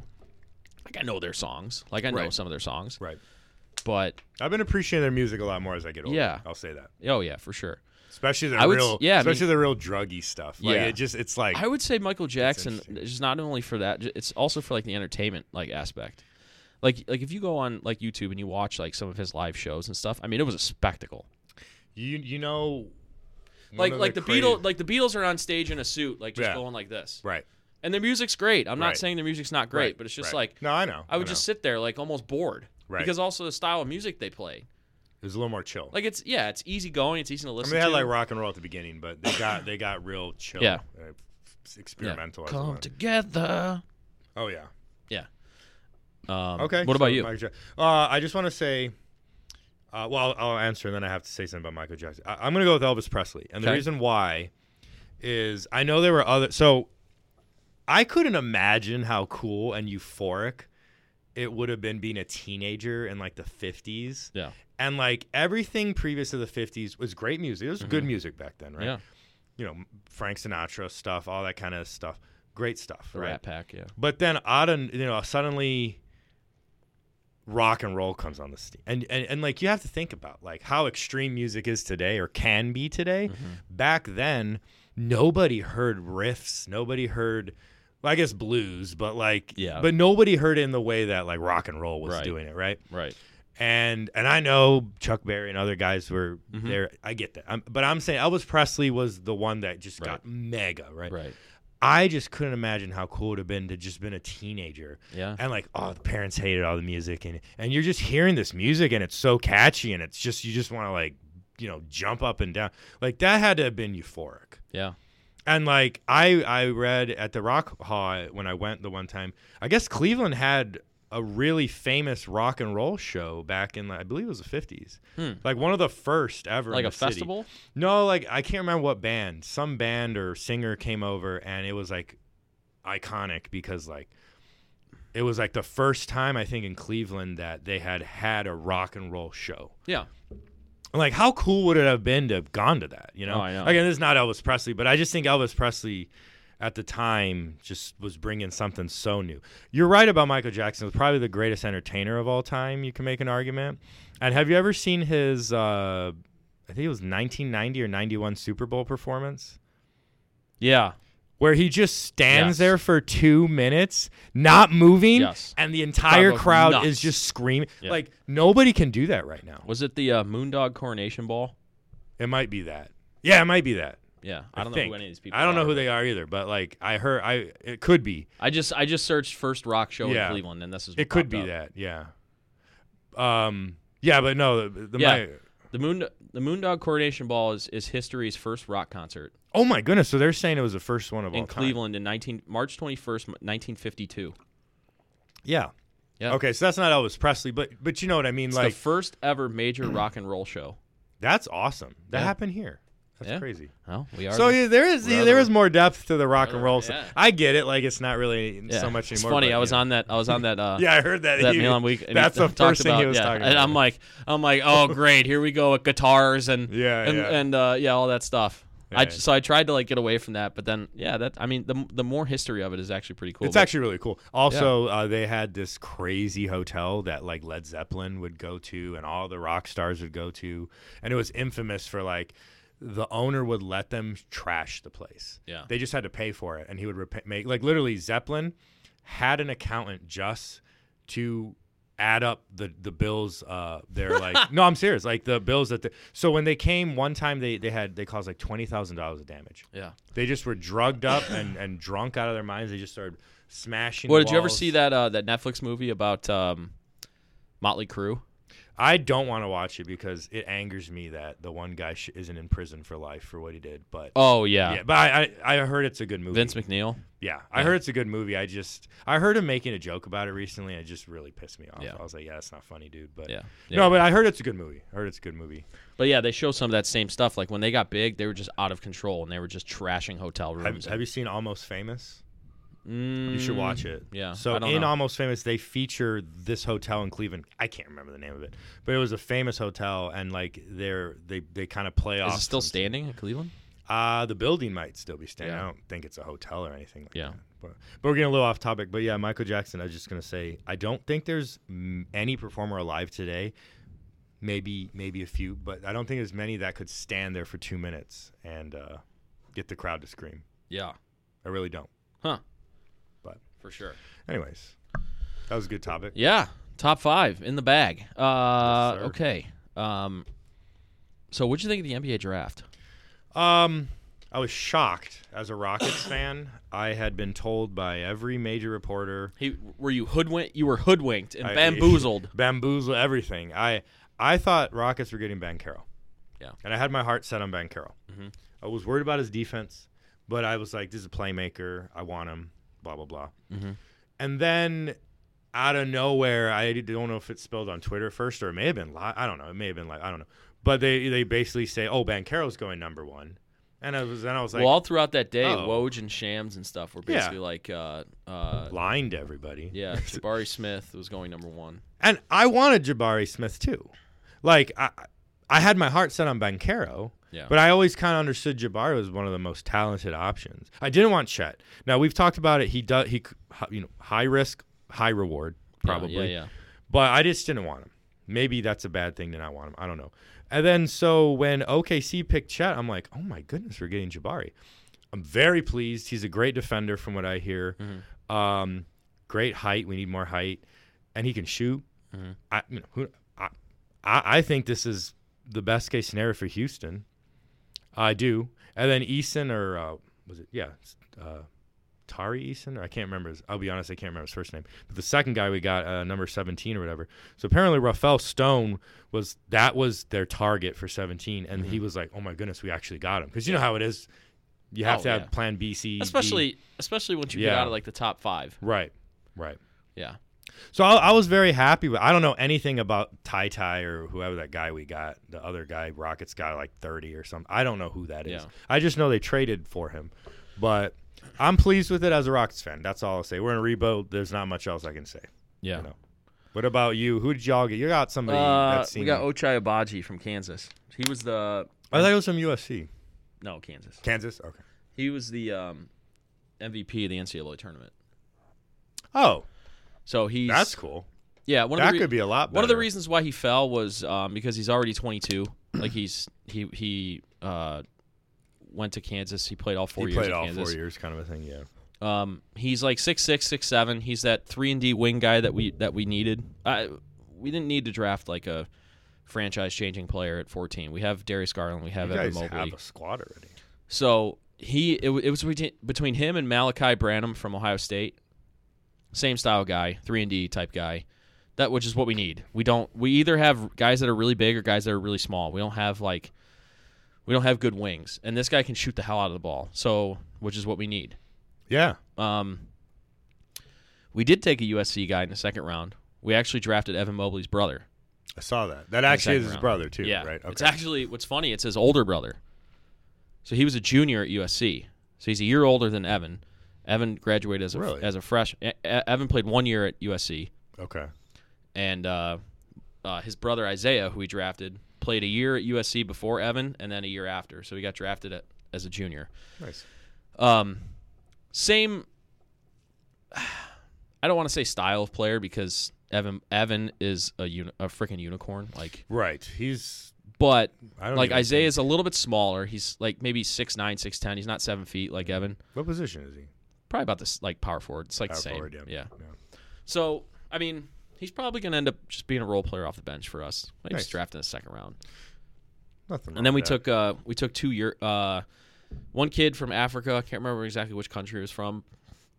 A: Like I know their songs. Like I know
B: Right.
A: some of their songs,
B: Right.
A: but
B: I've been appreciating their music a lot more as I get older.
A: Yeah.
B: I'll say that.
A: oh yeah, for sure.
B: Especially the
A: I would s-
B: real,
A: yeah, I mean-
B: especially the real druggy stuff. Like
A: Yeah.
B: it just, it's like,
A: I would say Michael Jackson
B: interesting.
A: is not only for that, j- it's also for like the entertainment like aspect. Like like if you go on like YouTube and you watch like some of his live shows and stuff, I mean it was a spectacle.
B: you, you know, one
A: Like
B: of
A: like the
B: crazy-
A: Beatles like the Beatles are on stage in a suit, like just
B: Yeah.
A: going like this.
B: Right.
A: And their music's great. I'm not
B: Right.
A: saying their music's not great, but it's just
B: right.
A: like
B: no, I know.
A: I would
B: know.
A: just sit there like almost bored.
B: Right.
A: Because also the style of music they play.
B: it was a little more chill.
A: Like it's yeah, it's easy going, it's easy to
B: I mean,
A: listen
B: they had
A: to.
B: like rock and roll at the beginning, but they got they got real chill.
A: Yeah.
B: uh, f-
A: Yeah.
B: experimental. as it
A: Come
B: went.
A: together.
B: oh yeah.
A: Um,
B: Okay.
A: What
B: so
A: about you?
B: Michael Jack- uh, I just want to say, uh, well, I'll, I'll answer and then I have to say something about Michael Jackson. I, I'm going to go with Elvis Presley, and the
A: Okay.
B: reason why is I know there were other. So I couldn't imagine how cool and euphoric it would have been being a teenager in like the 50s.
A: Yeah.
B: And like everything previous to the 50s was great music. It was good music back then, right?
A: Mm-hmm. Yeah.
B: You know, Frank Sinatra stuff, all that kind of stuff. Great stuff,
A: The
B: right?
A: Rat Pack, yeah.
B: But then out of you know suddenly rock and roll comes on the scene. And, and and like you have to think about like how extreme music is today or can be today.
A: Mm-hmm.
B: Back then, nobody heard riffs, nobody heard well, I guess blues, but like
A: Yeah.
B: but nobody heard it in the way that like rock and roll was
A: Right.
B: doing it, right?
A: Right.
B: and and I know Chuck Berry and other guys were
A: Mm-hmm.
B: there. I get that, I'm, but I'm saying Elvis Presley was the one that just got
A: Right.
B: mega right?
A: Right.
B: I just couldn't imagine how cool it'd have been to just been a teenager
A: Yeah.
B: and like, oh, the parents hated all the music, and and you're just hearing this music and it's so catchy and it's just you just want to like, you know, jump up and down. Like that had to have been euphoric.
A: Yeah.
B: And like I I read at the Rock Hall when I went the one time. I guess Cleveland had a really famous rock and roll show back in like, I believe it was the 50s.
A: Hmm.
B: Like one of the first ever in
A: Like a
B: the city.
A: festival.
B: No, like I can't remember what band. Some band or singer came over and it was like iconic because like it was like the first time I think in Cleveland that they had had a rock and roll show.
A: Yeah.
B: Like, how cool would it have been to have gone to that? You know,
A: Oh, I know.
B: again, this is not Elvis Presley, but I just think Elvis Presley at the time just was bringing something so new. You're right about Michael Jackson. He was probably the greatest entertainer of all time. You can make an argument. And have you ever seen his? Uh, I think it was 1990 or 91 Super Bowl performance
A: Yeah.
B: where he just stands
A: Yes.
B: there for two minutes, not moving,
A: Yes.
B: and the entire
A: goes
B: crowd
A: nuts.
B: is just screaming.
A: Yeah.
B: Like nobody can do that right now.
A: Was it the uh, Moondog Coronation Ball?
B: It might be that. Yeah, it might be that.
A: Yeah. I, don't know
B: think.
A: who any of these people.
B: I don't know
A: are,
B: who
A: but-
B: they are either, but like I heard, I it could be,
A: I just I just searched first rock show
B: Yeah.
A: in Cleveland, and this is what
B: it could
A: popped
B: be
A: up.
B: that, yeah. Um, yeah, but no, the, the
A: Yeah.
B: my,
A: the moon the Moondog Coronation Ball is is history's first rock concert
B: oh my goodness, so they're saying it was the first one of all
A: in
B: time.
A: Cleveland in 19 March 21st 1952.
B: Yeah.
A: Yeah.
B: Okay, so that's not Elvis Presley, but but you know what I mean,
A: It's
B: like
A: the first ever major rock and roll show.
B: that's awesome. That
A: Yeah.
B: happened here. That's
A: Yeah.
B: crazy.
A: Well, we are
B: So yeah, there is
A: we're
B: there
A: the-
B: is more depth to the rock and roll.
A: Yeah.
B: I get it. Like it's not really
A: Yeah.
B: so much
A: It's
B: anymore.
A: funny.
B: but,
A: I was
B: yeah.
A: on that. I was on that. Uh,
B: <laughs> Yeah, I heard that.
A: That
B: he-
A: Milan week. and he
B: That's the
A: talked
B: first thing
A: about-
B: he was
A: yeah,
B: talking
A: And
B: about.
A: I'm like, I'm like, oh great, here we go with guitars and
B: <laughs> Yeah,
A: and
B: yeah.
A: and uh, yeah, all that stuff. I
B: Yeah.
A: j- so I tried to like get away from that, but then yeah, that I mean the the more history of it is actually pretty cool.
B: It's
A: but-
B: actually really cool. Also, uh, they had this crazy hotel that like Led Zeppelin would go to, and all the rock stars would go to, and it was infamous for like the owner would let them trash the place.
A: Yeah.
B: they just had to pay for it, and he would repa make like literally Zeppelin had an accountant just to add up the the bills uh
A: <laughs>
B: they're like no i'm serious like the bills that they, so when they came one time they they had they caused like $20000 of damage
A: yeah.
B: they just were drugged up and, and drunk out of their minds. They just started smashing.
A: Well, did you ever
B: walls.
A: see that uh, that Netflix movie about um, Motley Crue?
B: I don't want to watch it because it angers me that the one guy sh- isn't in prison for life for what he did. But
A: Oh yeah,
B: yeah, but I, I I heard it's a good movie.
A: Vince McNeil.
B: yeah, I heard it's a good movie. I just I heard him making a joke about it recently. and It just really pissed me off.
A: Yeah.
B: I was like, yeah, that's not funny, dude. But
A: Yeah.
B: no, but I heard it's a good movie. I heard it's a good movie.
A: But yeah, they show some of that same stuff. Like when they got big, they were just out of control and they were just trashing hotel
B: Have,
A: rooms.
B: have you seen Almost Famous?
A: and-
B: You should
A: Mm,
B: watch it.
A: yeah,
B: So
A: I don't
B: in
A: know.
B: Almost Famous, they feature this hotel in Cleveland. I can't remember the name of it, but it was a famous hotel, and like they're they they kind of play
A: Is
B: off.
A: it still
B: some-
A: standing in Cleveland?
B: Uh, the building might still be standing.
A: Yeah.
B: I don't think it's a hotel or anything like
A: Yeah.
B: that. But, but we're getting a little off topic. But yeah, Michael Jackson. I was just gonna say, I don't think there's mm, any performer alive today. Maybe maybe a few, but I don't think there's many that could stand there for two minutes and uh, get the crowd to scream.
A: Yeah.
B: I really don't.
A: Huh.
B: But-
A: for sure.
B: Anyways, that was a good topic.
A: Yeah, top five in the bag. Uh,
B: Yes, sir.
A: okay. Um, so what'd you think of the NBA draft?
B: Um, I was shocked as
A: <coughs>
B: a Rockets fan. I had been told by every major reporter,
A: He, were you hoodwinked? You were hoodwinked and
B: I- <laughs>
A: bamboozled.
B: bamboozle everything. I I thought Rockets were getting Bankero.
A: Yeah.
B: and I had my heart set on Bankero.
A: Mhm.
B: I was worried about his defense, but I was like, "This is a playmaker. I want him." Blah blah blah.
A: Mhm.
B: And then out of nowhere, I don't know if it's spelled on Twitter first or it may have been live. I don't know. It may have been live. I don't know. But they they basically say, "Oh, Bankero's going number one," and I was then I was like,
A: well, all throughout that day,
B: oh.
A: Woj and Shams and stuff were
B: Yeah.
A: basically like, uh, uh,
B: blind everybody. <laughs>
A: yeah, Jabari Smith was going number one.
B: And I wanted Jabari Smith too. Like I I had my heart set on Banquero,
A: Yeah.
B: but I always kind of understood Jabari was one of the most talented options. I didn't want Chet. Now we've talked about it. He does he c- h- you know high risk, high reward
A: Yeah,
B: probably.
A: Yeah, yeah.
B: But I just didn't want him. Maybe that's a bad thing to not want him. I don't know. And then so when OKC picked Chet, I'm like, oh my goodness, we're getting Jabari. I'm very pleased. He's a great defender from what I
A: Mm-hmm.
B: hear. Um, great height. We need more height, and he can shoot.
A: Mm-hmm.
B: I you know who I, I I think this is the best case scenario for Houston. I do. And then Eason or uh, was it yeah, it's, uh, Tari Eason or I can't remember. His, I'll be honest, I can't remember his first name. But the second guy we got uh, number seventeen or whatever. So apparently Rafael Stone was that was their target for seventeen, and
A: Mm-hmm.
B: he was like, oh my goodness, we actually got him because you know how it is. You have
A: Oh,
B: to have
A: yeah.
B: Plan B, C, D.
A: especially especially once you get
B: Yeah.
A: out of like the top five.
B: right, right.
A: Yeah,
B: So I, I was very happy with. I don't know anything about Tai Tai or whoever that guy we got, the other guy Rockets got like thirty or something. I don't know who that is.
A: Yeah.
B: I just know they traded for him, but I'm pleased with it as a Rockets fan. That's all I'll say. We're in a rebuild. There's not much else I can say.
A: yeah.
B: You know. What about you? Who did y'all get? You got somebody
A: Uh,
B: that
A: we
B: seemed.
A: got Ochai Abaji from Kansas. He was the
B: I thought it was from USC,
A: no Kansas.
B: Kansas. Okay.
A: He was the um, MVP of the NCAA tournament.
B: Oh,
A: So he's
B: that's cool.
A: yeah. One
B: that
A: of the re-
B: could be a lot. Better.
A: one of the reasons why he fell was um, because he's already 22. like he's he he uh, went to Kansas. He played all
B: he
A: four years.
B: played
A: at
B: all
A: Kansas.
B: four years, kind of a thing. Yeah.
A: Um, he's like six six, six seven. He's that three and D wing guy that we that we needed. I we didn't need to draft like a franchise changing player at fourteen. We have Darius Garland. We have
B: You
A: Evan
B: guys
A: Mobley.
B: have a squad already.
A: So he it, wa- it was between- between him and Malachi Branham from Ohio State. Same style guy, three and D type guy. That which is what we need. We don't. We either have guys that are really big or guys that are really small. We don't have like, we don't have good wings. And this guy can shoot the hell out of the ball. So which is what we need.
B: Yeah.
A: Um, we did take a USC guy in the second round. We actually drafted Evan Mobley's brother.
B: I saw that. That actually
A: second
B: is his
A: round.
B: brother too,
A: yeah,
B: right?
A: It's actually what's funny. It's his older brother. So he was a junior at USC. So he's a year older than Evan. Evan graduated as a
B: Really?
A: as a fresh. E- E- Evan played one year at USC,
B: okay.
A: and uh, uh, his brother Isaiah, who he drafted, played a year at USC before Evan, and then a year after. So he got drafted at, as a junior.
B: Nice.
A: Um, same. <sighs> I don't want to say style of player because Evan Evan is a uni- a freaking unicorn. Like,
B: Right. He's
A: but
B: I don't
A: like
B: even
A: Isaiah's a little bit smaller. He's like maybe six nine, six ten. He's not seven feet like Evan.
B: think- What position is he?
A: Probably about this like power forward. It's like
B: Power
A: the same.
B: forward,
A: yeah.
B: yeah.
A: So I mean, he's probably gonna end up just being a role player off the bench for us. Maybe
B: Nice.
A: just draft in the second round.
B: Nothing. wrong
A: And then we
B: with that.
A: took uh we took two year uh one kid from Africa. I can't remember exactly which country he was from,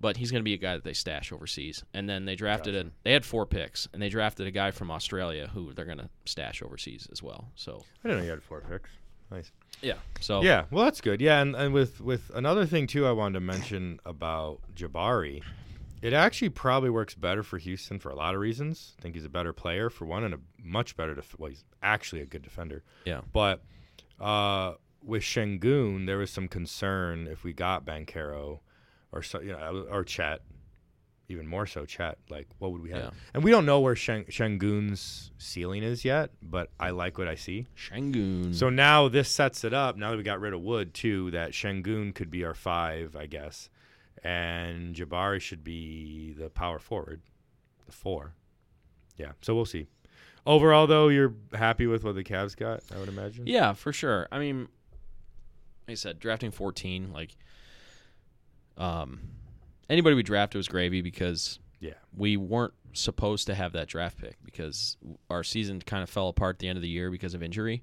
A: but he's gonna be a guy that they stash overseas. And then they drafted a they had four picks and they drafted a guy from Australia who they're gonna stash overseas as well. So
B: I didn't know you had four picks. Nice.
A: yeah. So
B: Yeah. Well, that's good. Yeah, and, and with with another thing too, I wanted to mention about Jabari. It actually probably works better for Houston for a lot of reasons. I think he's a better player for one, and a much better. Def- well, he's actually a good defender.
A: Yeah.
B: But uh, with Shengun, there was some concern if we got Bankero or so, you know, or Chet, even more so Chet. Like, what would we have?
A: Yeah.
B: And we don't know where Sheng- Shengun's ceiling is yet, but I like what I see.
A: Mm-hmm. Shangoon.
B: So now this sets it up. Now that we got rid of Wood too, that Shengun could be our five, I guess, and Jabari should be the power forward, the four. Yeah. So we'll see. Overall, though, you're happy with what the Cavs got, I would imagine.
A: Yeah, for sure. I mean, like I said, drafting 14, like, um, anybody we drafted was gravy because
B: Yeah.
A: we weren't supposed to have that draft pick because our season kind of fell apart at the end of the year because of injury.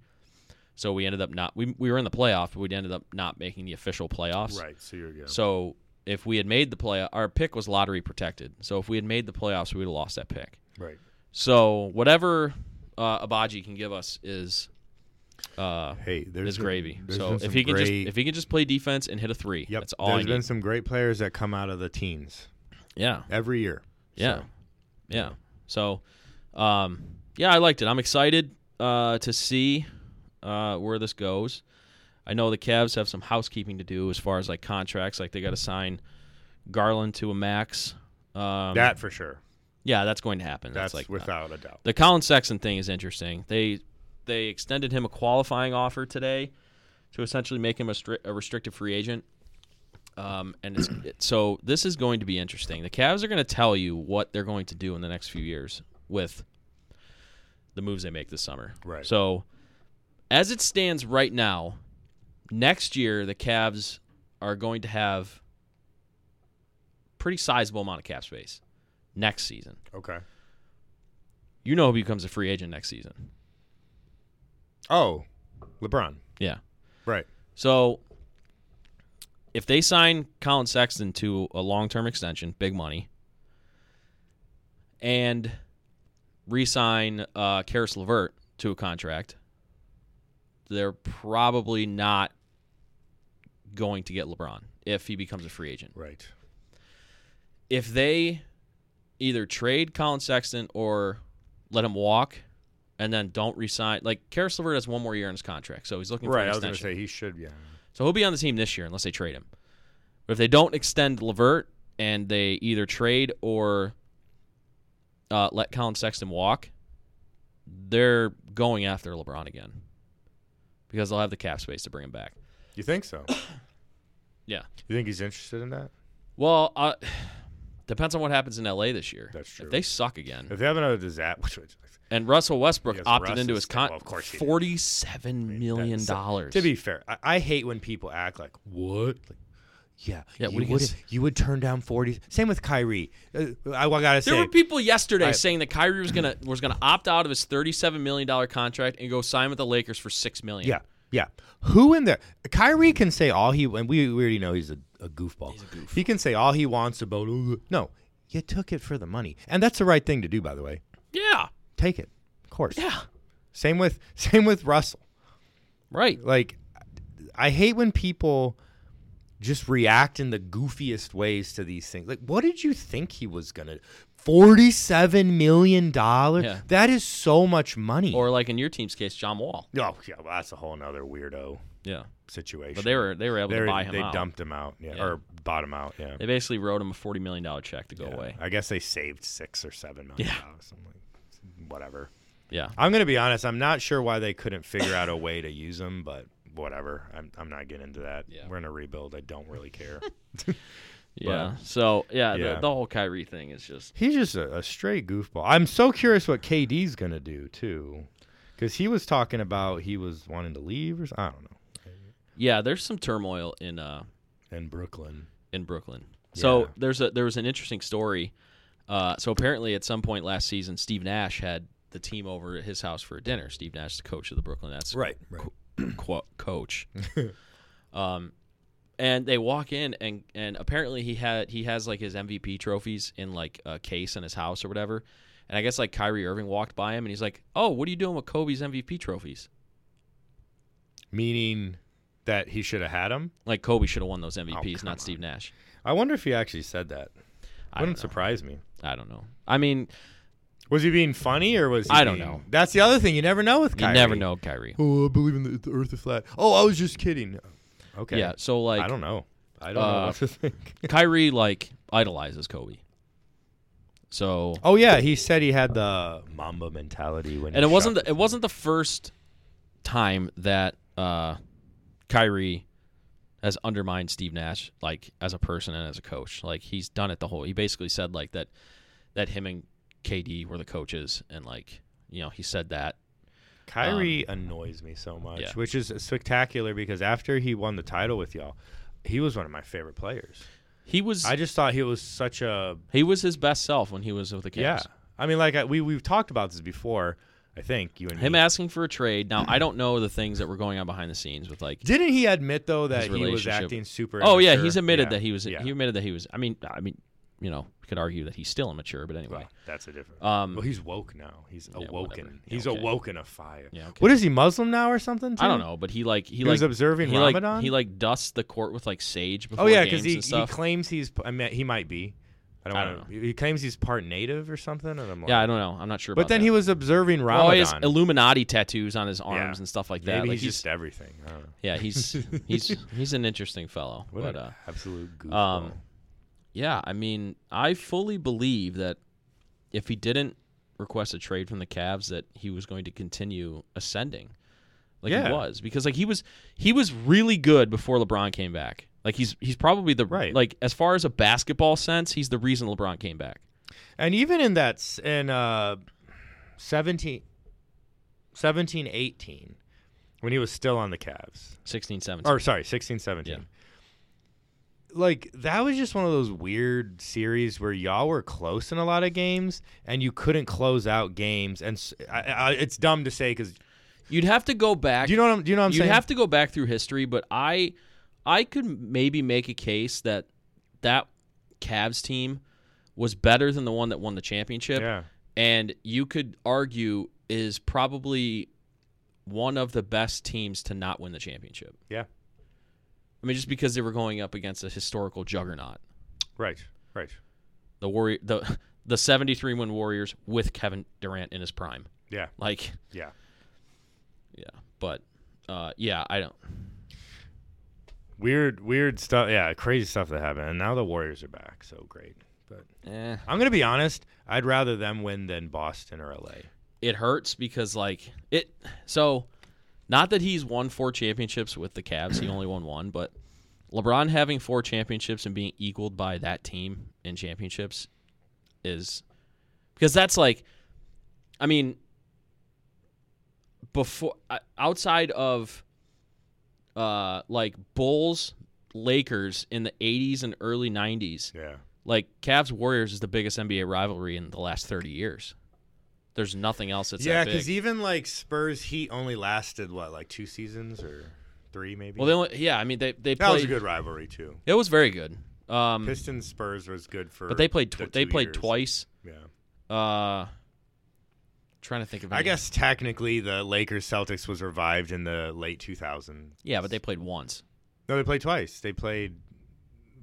A: So we ended up not we we were in the playoff, but we ended up not making the official playoffs.
B: Right. So you're yeah.
A: So if we had made the play, our pick was lottery protected. So if we had made the playoffs, we would have lost that pick.
B: right.
A: So whatever uh, Abaji can give us is uh,
B: Hey, there's
A: is gravy.
B: there's
A: So
B: been
A: if
B: some
A: he can just
B: great-
A: if he can just play defense and hit a three,
B: Yep.
A: that's
B: There's
A: all I need.
B: been some great players that come out of the teens
A: yeah,
B: every year.
A: yeah,
B: So,
A: yeah. So, um, yeah, I liked it. I'm excited uh, to see uh, where this goes. I know the Cavs have some housekeeping to do as far as like contracts. Like they got to sign Garland to a max. Um,
B: that for sure.
A: yeah, that's going to happen. That's,
B: That's,
A: like
B: without a doubt.
A: The Colin Sexton thing is interesting. They they extended him a qualifying offer today to essentially make him a, stri- a restricted free agent. Um, and it's, it- so this is going to be interesting. The Cavs are going to tell you what they're going to do in the next few years with the moves they make this summer.
B: Right.
A: So, as it stands right now, next year the Cavs are going to have pretty sizable amount of cap space next season.
B: Okay.
A: You know who becomes a free agent next season?
B: Oh, LeBron.
A: Yeah.
B: Right.
A: So if they sign Colin Sexton to a long term extension, big money, and re sign uh, Karis Levert to a contract, they're probably not going to get LeBron if he becomes a free agent.
B: Right.
A: If they either trade Colin Sexton or let him walk and then don't re sign, like Karis Levert has one more year in his contract, so he's looking for
B: Right.
A: an
B: I was
A: extension.
B: going to say he should. Yeah.
A: So he'll be on the team this year unless they trade him. But if they don't extend Levert and they either trade or uh, let Colin Sexton walk, they're going after LeBron again because they'll have the cap space to bring him back.
B: You think so?
A: Yeah.
B: You think he's interested in that?
A: Well, uh, <sighs> depends on what happens in LA this year.
B: That's true.
A: If they suck again,
B: If they have another disaster, <laughs> which would-
A: and Russell Westbrook
B: Yes,
A: opted
B: Russ
A: into
B: is-
A: his con,
B: well, of course he did.
A: forty-seven million
B: That's-
A: dollars.
B: To be fair, I, I hate when people act like what. Like, yeah,
A: Yeah, what
B: you
A: are you gonna
B: would
A: say?
B: you would turn down forty. Same with Kyrie. Uh, I, I gotta
A: There
B: say,
A: were people yesterday
B: I-
A: saying that Kyrie was gonna was gonna opt out of his thirty-seven million dollar contract and go sign with the Lakers for six million.
B: yeah, yeah. Who in the Kyrie can say all he and we, we already know he's a, a goofball. He's a goof. He can say all he wants about "Ooh, no. You took it for the money, and that's the right thing to do. By the way,
A: yeah,
B: take it. Of course.
A: yeah,
B: Same with <laughs> same with Russell.
A: right.
B: like I hate when people just react in the goofiest ways to these things. Like, what did you think he was gonna? Forty-seven million dollars.
A: Yeah.
B: That is so much money.
A: Or like in your team's case, John Wall.
B: oh yeah, well, that's a whole nother weirdo
A: Yeah,
B: situation.
A: but they were they were able
B: They're-
A: to buy him
B: they
A: out.
B: dumped him out, yeah,
A: Yeah.
B: or bought him out, yeah.
A: They basically wrote him a forty million dollar check to go
B: Yeah.
A: away.
B: I guess they saved six or seven million
A: Yeah.
B: dollars. I'm like, whatever.
A: Yeah,
B: I'm gonna be honest. I'm not sure why they couldn't figure out a way to use them, but whatever. I'm, I'm not getting into that.
A: Yeah.
B: We're in a rebuild. I don't
A: <laughs>
B: really care.
A: yeah. so yeah,
B: Yeah.
A: The, the whole Kyrie thing is just
B: He's just a, a straight goofball. I'm so curious what KD's gonna do too, because he was talking about he was wanting to leave or something. I don't know.
A: yeah. There's some turmoil in uh
B: In Brooklyn,
A: in Brooklyn. So
B: Yeah.
A: there's a there was an interesting story. Uh, so apparently, at some point last season, Steve Nash had the team over at his house for a dinner. Steve Nash, the coach of the Brooklyn Nets,
B: right, right.
A: qu-
B: <laughs>
A: coach. um, and they walk in, and and apparently he had he has like his MVP trophies in like a case in his house or whatever. And I guess like Kyrie Irving walked by him, and he's like, "Oh, what are you doing with Kobe's MVP trophies?
B: Meaning that he should have had him.
A: Like Kobe should have won those MVPs,
B: Oh, come
A: not Steve Nash."
B: I wonder if he actually said that.
A: I
B: Wouldn't
A: don't know.
B: surprise me.
A: I don't know. I mean,
B: Was he being funny or was he
A: I don't
B: being-
A: know.
B: That's the other thing. You never know with
A: you
B: Kyrie.
A: never know, Kyrie.
B: Oh, I believe in the, the Earth is flat. Oh, I was just kidding. Okay.
A: Yeah. So like,
B: I don't know. I don't know
A: uh,
B: what
A: <laughs>
B: to think.
A: Kyrie like idolizes Kobe. So
B: Oh yeah, he said he had the Mamba mentality when.
A: and it wasn't the, it wasn't the first time that uh, Kyrie has undermined Steve Nash like as a person and as a coach. Like he's done it the whole. He basically said like that that him and KD were the coaches and like you know he said that
B: Kyrie annoys me so much,
A: um, yeah.
B: which is spectacular because after he won the title with y'all, he was one of my favorite players.
A: he was
B: I just thought he was such a
A: he was his best self when he was with the Cavs.
B: yeah. I mean, like I, we we've talked about this before. I think you and
A: Him
B: me.
A: asking for a trade. Now I don't know the things that were going on behind the scenes with like
B: Didn't he admit though
A: His
B: that he was
A: relationship-
B: acting super?
A: Oh yeah,
B: immature?
A: he's admitted
B: Yeah,
A: that he was.
B: yeah.
A: He admitted that he was. I mean, I mean, you know, we could argue that he's still immature, but anyway.
B: Well, that's a different.
A: Um,
B: well, he's woke now. He's awoken.
A: whatever. Yeah,
B: he's
A: okay.
B: awoken a fire.
A: Yeah, okay.
B: What is he Muslim now or something?
A: I don't
B: too?
A: know, but he like he,
B: He
A: like
B: was observing
A: he
B: Ramadan?
A: Like, he like dusts the court with like sage before
B: Oh yeah,
A: games
B: because he,
A: and
B: he
A: stuff.
B: claims he's. I mean, he might be. I don't,
A: I don't
B: wanna- He claims he's part native or something, and I'm like,
A: yeah, I don't know. I'm not sure.
B: But
A: about
B: then
A: that.
B: he was observing
A: well, he
B: Ramadan.
A: has Illuminati tattoos on his arms
B: Yeah.
A: and stuff like
B: Maybe
A: that. like
B: he's, just everything. I don't know.
A: yeah,
B: <laughs>
A: he's he's he's an interesting fellow.
B: What
A: but
B: an
A: uh,
B: absolute goofball.
A: um, yeah, I mean, I fully believe that if he didn't request a trade from the Cavs, that he was going to continue ascending, like
B: Yeah.
A: he was, because like he was he was really good before LeBron came back. Like he's he's probably the
B: Right.
A: Like as far as a basketball sense, he's the reason LeBron came back.
B: and even in that s- in uh, 17, 17, 18, when he was still on the Cavs.
A: 16, 17.
B: Or sorry, 16, 17.
A: Yeah.
B: Like that was just one of those weird series where y'all were close in a lot of games and you couldn't close out games. And s I I it's dumb to say because
A: You'd have to go back.
B: do you know what I'm? Do you know what I'm
A: you'd
B: saying?
A: have to go back through history, but I, I could maybe make a case that that Cavs team was better than the one that won the championship,
B: yeah.
A: and you could argue is probably one of the best teams to not win the championship.
B: Yeah.
A: I mean, just because they were going up against a historical juggernaut,
B: Right. Right.
A: the warrior, the <laughs> the seventy three win Warriors with Kevin Durant in his prime,
B: Yeah.
A: like
B: Yeah.
A: yeah, but uh, yeah, I don't.
B: Weird. Weird stuff. Yeah. Crazy stuff that happened. And now the Warriors are back. So great. But
A: Eh.
B: I'm gonna be honest. I'd rather them win than Boston or LA.
A: it hurts because like it so not that he's won four championships with the Cavs, he only won one, but LeBron having four championships and being equaled by that team in championships is because that's like I mean before uh, outside of uh like Bulls Lakers in the 80s and early 90s
B: Yeah.
A: like Cavs Warriors is the biggest NBA rivalry in the last 30 years. There's nothing else that's
B: yeah,
A: that big.
B: because even like Spurs Heat only lasted what like two seasons or three maybe.
A: well, they only, yeah, I mean they they
B: that
A: played
B: was a good rivalry too.
A: It was very good. Um
B: Pistons Spurs was good for.
A: but they played
B: the
A: tw- they
B: two
A: played
B: years.
A: twice.
B: Yeah.
A: Uh trying to think of
B: I
A: any-
B: guess technically the Lakers Celtics was revived in the late 2000s.
A: Yeah, but they played once.
B: No, they played twice. They played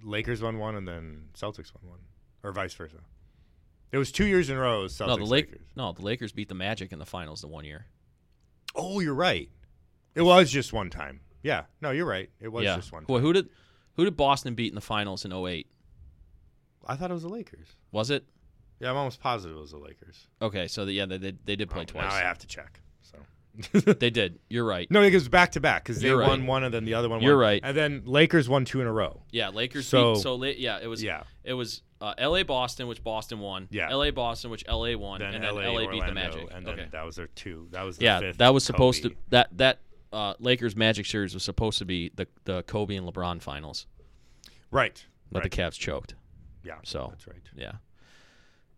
B: Lakers won one and then Celtics won one, or vice versa. It was two years in a row. Celtics
A: no, the Lake-
B: Lakers.
A: No, the Lakers beat the Magic in the finals the one year.
B: Oh, you're right. It was just one time. Yeah. No, you're right. It was
A: yeah.
B: just one. Time.
A: Well, who did who did Boston beat in the finals in 08?
B: I thought it was the Lakers.
A: Was it?
B: Yeah, I'm almost positive it was the Lakers.
A: Okay, so the, yeah, they, they they did play
B: Oh, Now I
A: twice.
B: have to check. So. <laughs>
A: they did. You're right.
B: no, it goes back to back because they
A: You're right.
B: won one and then the other one.
A: You're
B: won.
A: right.
B: And then Lakers won two in a row.
A: Yeah, Lakers
B: So-
A: beat so late. Yeah, it was
B: Yeah.
A: It was uh, L.A. Boston, which Boston won.
B: Yeah.
A: L.A. Boston, which L.A. won,
B: Then
A: and
B: LA,
A: then L.A. beat the
B: Orlando,
A: Magic.
B: and then
A: okay.
B: that was their two. That was the
A: yeah,
B: fifth
A: that was supposed
B: Kobe.
A: to that that uh, Lakers Magic series was supposed to be the the Kobe and LeBron finals,
B: right.
A: but
B: right.
A: the Cavs choked.
B: yeah.
A: so-
B: that's right.
A: Yeah.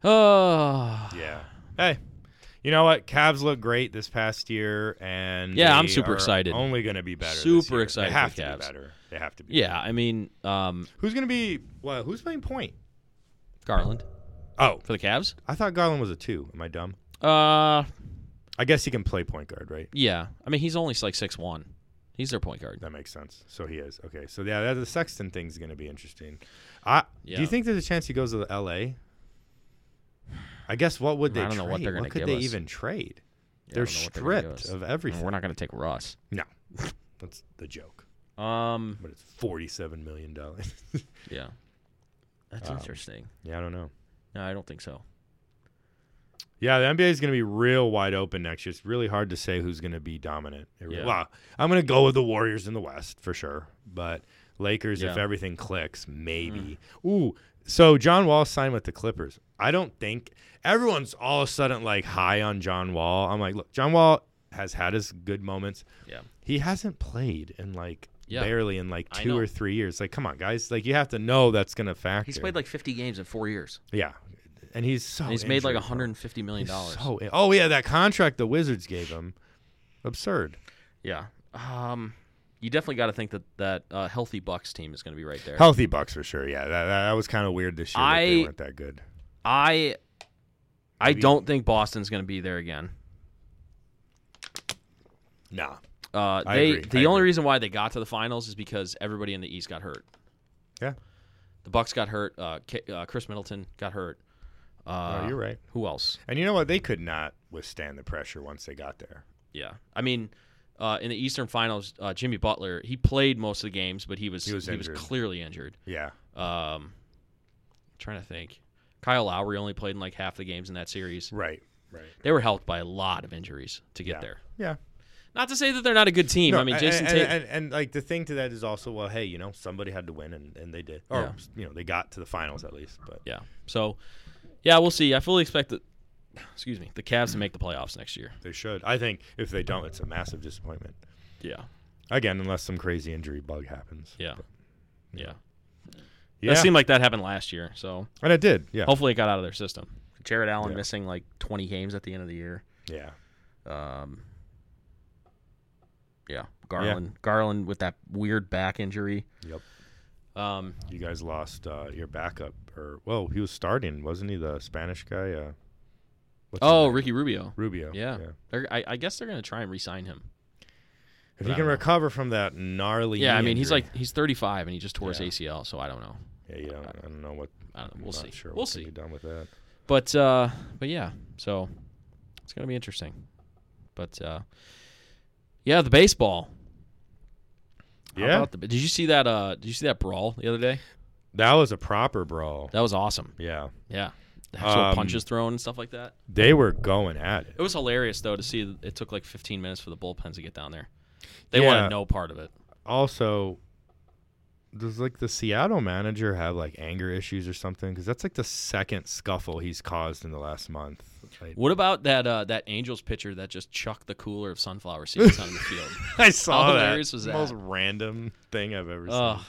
A: Oh.
B: Yeah. Hey, you know what? Cavs look great this past year, and
A: Yeah, I'm
B: they
A: super
B: are
A: excited.
B: Only going to be better. this
A: Super
B: year.
A: excited
B: They have
A: for
B: to
A: Cavs.
B: be better. They have to be.
A: Yeah, I mean, um,
B: Who's going to be? Well, who's playing point?
A: Garland
B: Oh,
A: for the Cavs.
B: I thought Garland was a two. Am I dumb?
A: Uh,
B: I guess he can play point guard, right?
A: yeah. I mean, he's only like six one. He's their point guard.
B: That makes sense. So he is okay. So yeah, that, the Sexton thing's going to be interesting. I do
A: Yeah.
B: you think there's a chance he goes to L.A.? I guess what would they?
A: I don't know what
B: trade?
A: they're gonna
B: could
A: give
B: they
A: us.
B: even trade?
A: Yeah, I
B: they're
A: don't know what gonna give
B: stripped
A: us.
B: of
A: I mean,
B: everything.
A: We're not going to take Russ.
B: no, <laughs> that's the joke.
A: Um,
B: But it's forty-seven million dollars. <laughs>
A: yeah. That's
B: Um,
A: interesting.
B: yeah, I don't know.
A: No, I don't think so.
B: Yeah, the NBA is going to be real wide open next year. It's really hard to say who's going to be dominant. It re-
A: Yeah.
B: Well, I'm going to go with the Warriors in the West for sure, but Lakers, if
A: Yeah. Mm.
B: everything clicks, maybe. Ooh, so John Wall signed with the Clippers. I don't think everyone's all of a sudden like high on John Wall. I'm like, look, John Wall has had his good moments.
A: Yeah.
B: He hasn't played in like
A: Yeah.
B: barely in like
A: I
B: two
A: know.
B: or three years. Like, come on, guys. Like, you have to know that's going to factor.
A: He's played like 50 games in four years.
B: yeah. And he's so
A: And he's made like
B: Oh, injury prone.
A: 150 million dollars.
B: So, oh yeah, that contract the Wizards gave him, absurd.
A: yeah. Um, you definitely got to think that that uh, healthy Bucks team is going to be right there.
B: Healthy Bucks for sure. Yeah, that, that, that was kind of weird this year. that
A: I-
B: they weren't that good.
A: I, I
B: Maybe-
A: don't think Boston's going to be there again.
B: Nah.
A: Uh,
B: I
A: they
B: agree.
A: the
B: I
A: only
B: agree.
A: reason why they got to the finals is because everybody in the East got hurt.
B: Yeah.
A: The Bucks got hurt. Uh, K, uh, Chris Middleton got hurt. Uh,
B: Oh, you're right.
A: Who else?
B: And you know what? They could not withstand the pressure once they got there.
A: Yeah, I mean, uh, in the Eastern Finals, uh, Jimmy Butler he played most of the games, but he was
B: He was injured.
A: clearly injured.
B: Yeah.
A: Um, trying to think, Kyle Lowry only played in like half the games in that series.
B: Right. Right.
A: They were helped by a lot of injuries to get
B: Yeah.
A: there.
B: Yeah.
A: Not to say that they're not a good team.
B: No,
A: I mean,
B: and-
A: Jason
B: and,
A: Tatum.
B: and, and, like the thing to that is also well, hey, you know, somebody had to win, and, and they did, or
A: Yeah.
B: you know, they got to the finals at least. But
A: yeah. So, yeah, we'll see. I fully expect that excuse me, the Cavs to make the playoffs next year.
B: They should. I think if they don't, it's a massive disappointment.
A: Yeah,
B: Again, unless some crazy injury bug happens.
A: yeah, yeah.
B: Yeah.
A: That seemed like that happened last year. So
B: and it did. Yeah.
A: hopefully it got out of their system. Jared Allen
B: Yeah.
A: missing like 20 games at the end of the year.
B: Yeah.
A: Um, yeah, Garland. Garland with that weird back injury.
B: Yep.
A: Um,
B: You guys lost uh, your backup, or well, he was starting, wasn't he? The Spanish guy. Uh, what's his
A: oh,
B: name?
A: Ricky Rubio.
B: Rubio.
A: Yeah. They're, I, I guess they're gonna try and re-sign him. I
B: If he
A: don't
B: can
A: know.
B: recover from that gnarly.
A: Yeah, I
B: knee
A: mean he's
B: injury-
A: like he's 35 and he just tore
B: Yeah.
A: his ACL, so I don't know.
B: Yeah, you don't, I don't know what.
A: I don't know.
B: I'm
A: We'll
B: not
A: see.
B: Sure
A: We'll
B: what
A: see.
B: Could be done with that.
A: But uh, but yeah, so it's gonna be interesting. But uh, yeah, the baseball. How
B: Yeah.
A: about the- did you see that? Uh, did you see that brawl the other day?
B: That was a proper brawl.
A: That was awesome.
B: Yeah.
A: Yeah, the actual
B: Um,
A: punches thrown and stuff like that.
B: They were going at it.
A: It was hilarious though to see. that It took like 15 minutes for the bullpens to get down there. They wanted
B: Yeah.
A: no part of it.
B: Also, does like the Seattle manager have like anger issues or something? Because that's like the second scuffle he's caused in the last month. I,
A: What about that uh, that Angels pitcher that just chucked the cooler of sunflower seeds
B: <laughs>
A: on the field?
B: I saw that.
A: hilarious was that?
B: Most random thing I've ever seen.
A: Oh,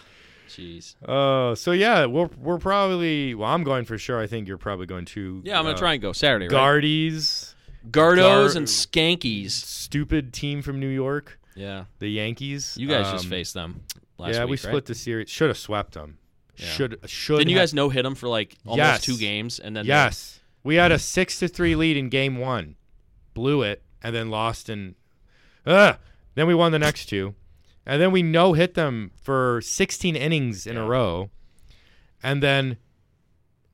A: jeez.
B: Uh, so yeah, we're we're probably well. I'm going for sure. I think you're probably going to.
A: Yeah, I'm gonna
B: uh,
A: try and go Saturday. Right?
B: Guardies,
A: Gardos
B: Gar-
A: and Skankies.
B: stupid team from New York,
A: Yeah,
B: the Yankees.
A: you guys just
B: Um,
A: faced them last
B: yeah,
A: week.
B: we
A: right?
B: split the series. Should have swept them.
A: Yeah.
B: Should should.
A: Didn't you
B: have-
A: guys no hit them for like almost
B: Yes.
A: two games, and then
B: Yes, we had a six to three lead in game one, blew it, and then lost in. Ugh. Then we won the next two, and then we no hit them for 16 innings in a
A: Yeah.
B: row, and then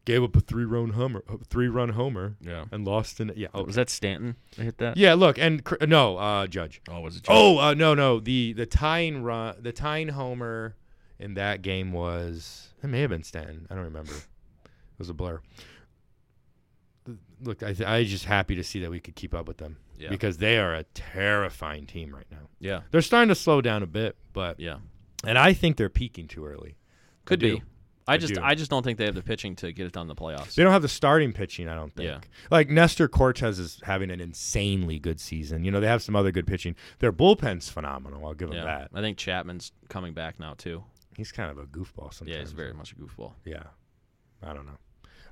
B: gave up a three run homer, three run homer,
A: yeah,
B: and lost in yeah. oh,
A: was that Stanton? that hit that.
B: Yeah, look, and cr- no, uh, Judge.
A: Oh, was it?
B: Oh uh, no no the the tying run the tying homer in that game was it may have been Stanton I don't remember it was a blur. Look, I th- I just happy to see that we could keep up with them
A: Yeah.
B: because they are a terrifying team right now.
A: yeah,
B: They're starting to slow down a bit, but
A: yeah.
B: and I think they're peaking too early.
A: Could
B: do.
A: be. I
B: I
A: just
B: do.
A: I just don't think they have the pitching to get it done in the playoffs.
B: They don't have the starting pitching, I don't think.
A: Yeah.
B: Like Nestor Cortez is having an insanely good season. You know, they have some other good pitching. Their bullpen's phenomenal. I'll give them
A: yeah,
B: that.
A: I think Chapman's coming back now too.
B: He's kind of a goofball sometimes.
A: Yeah, he's very much a goofball.
B: Yeah, I don't know.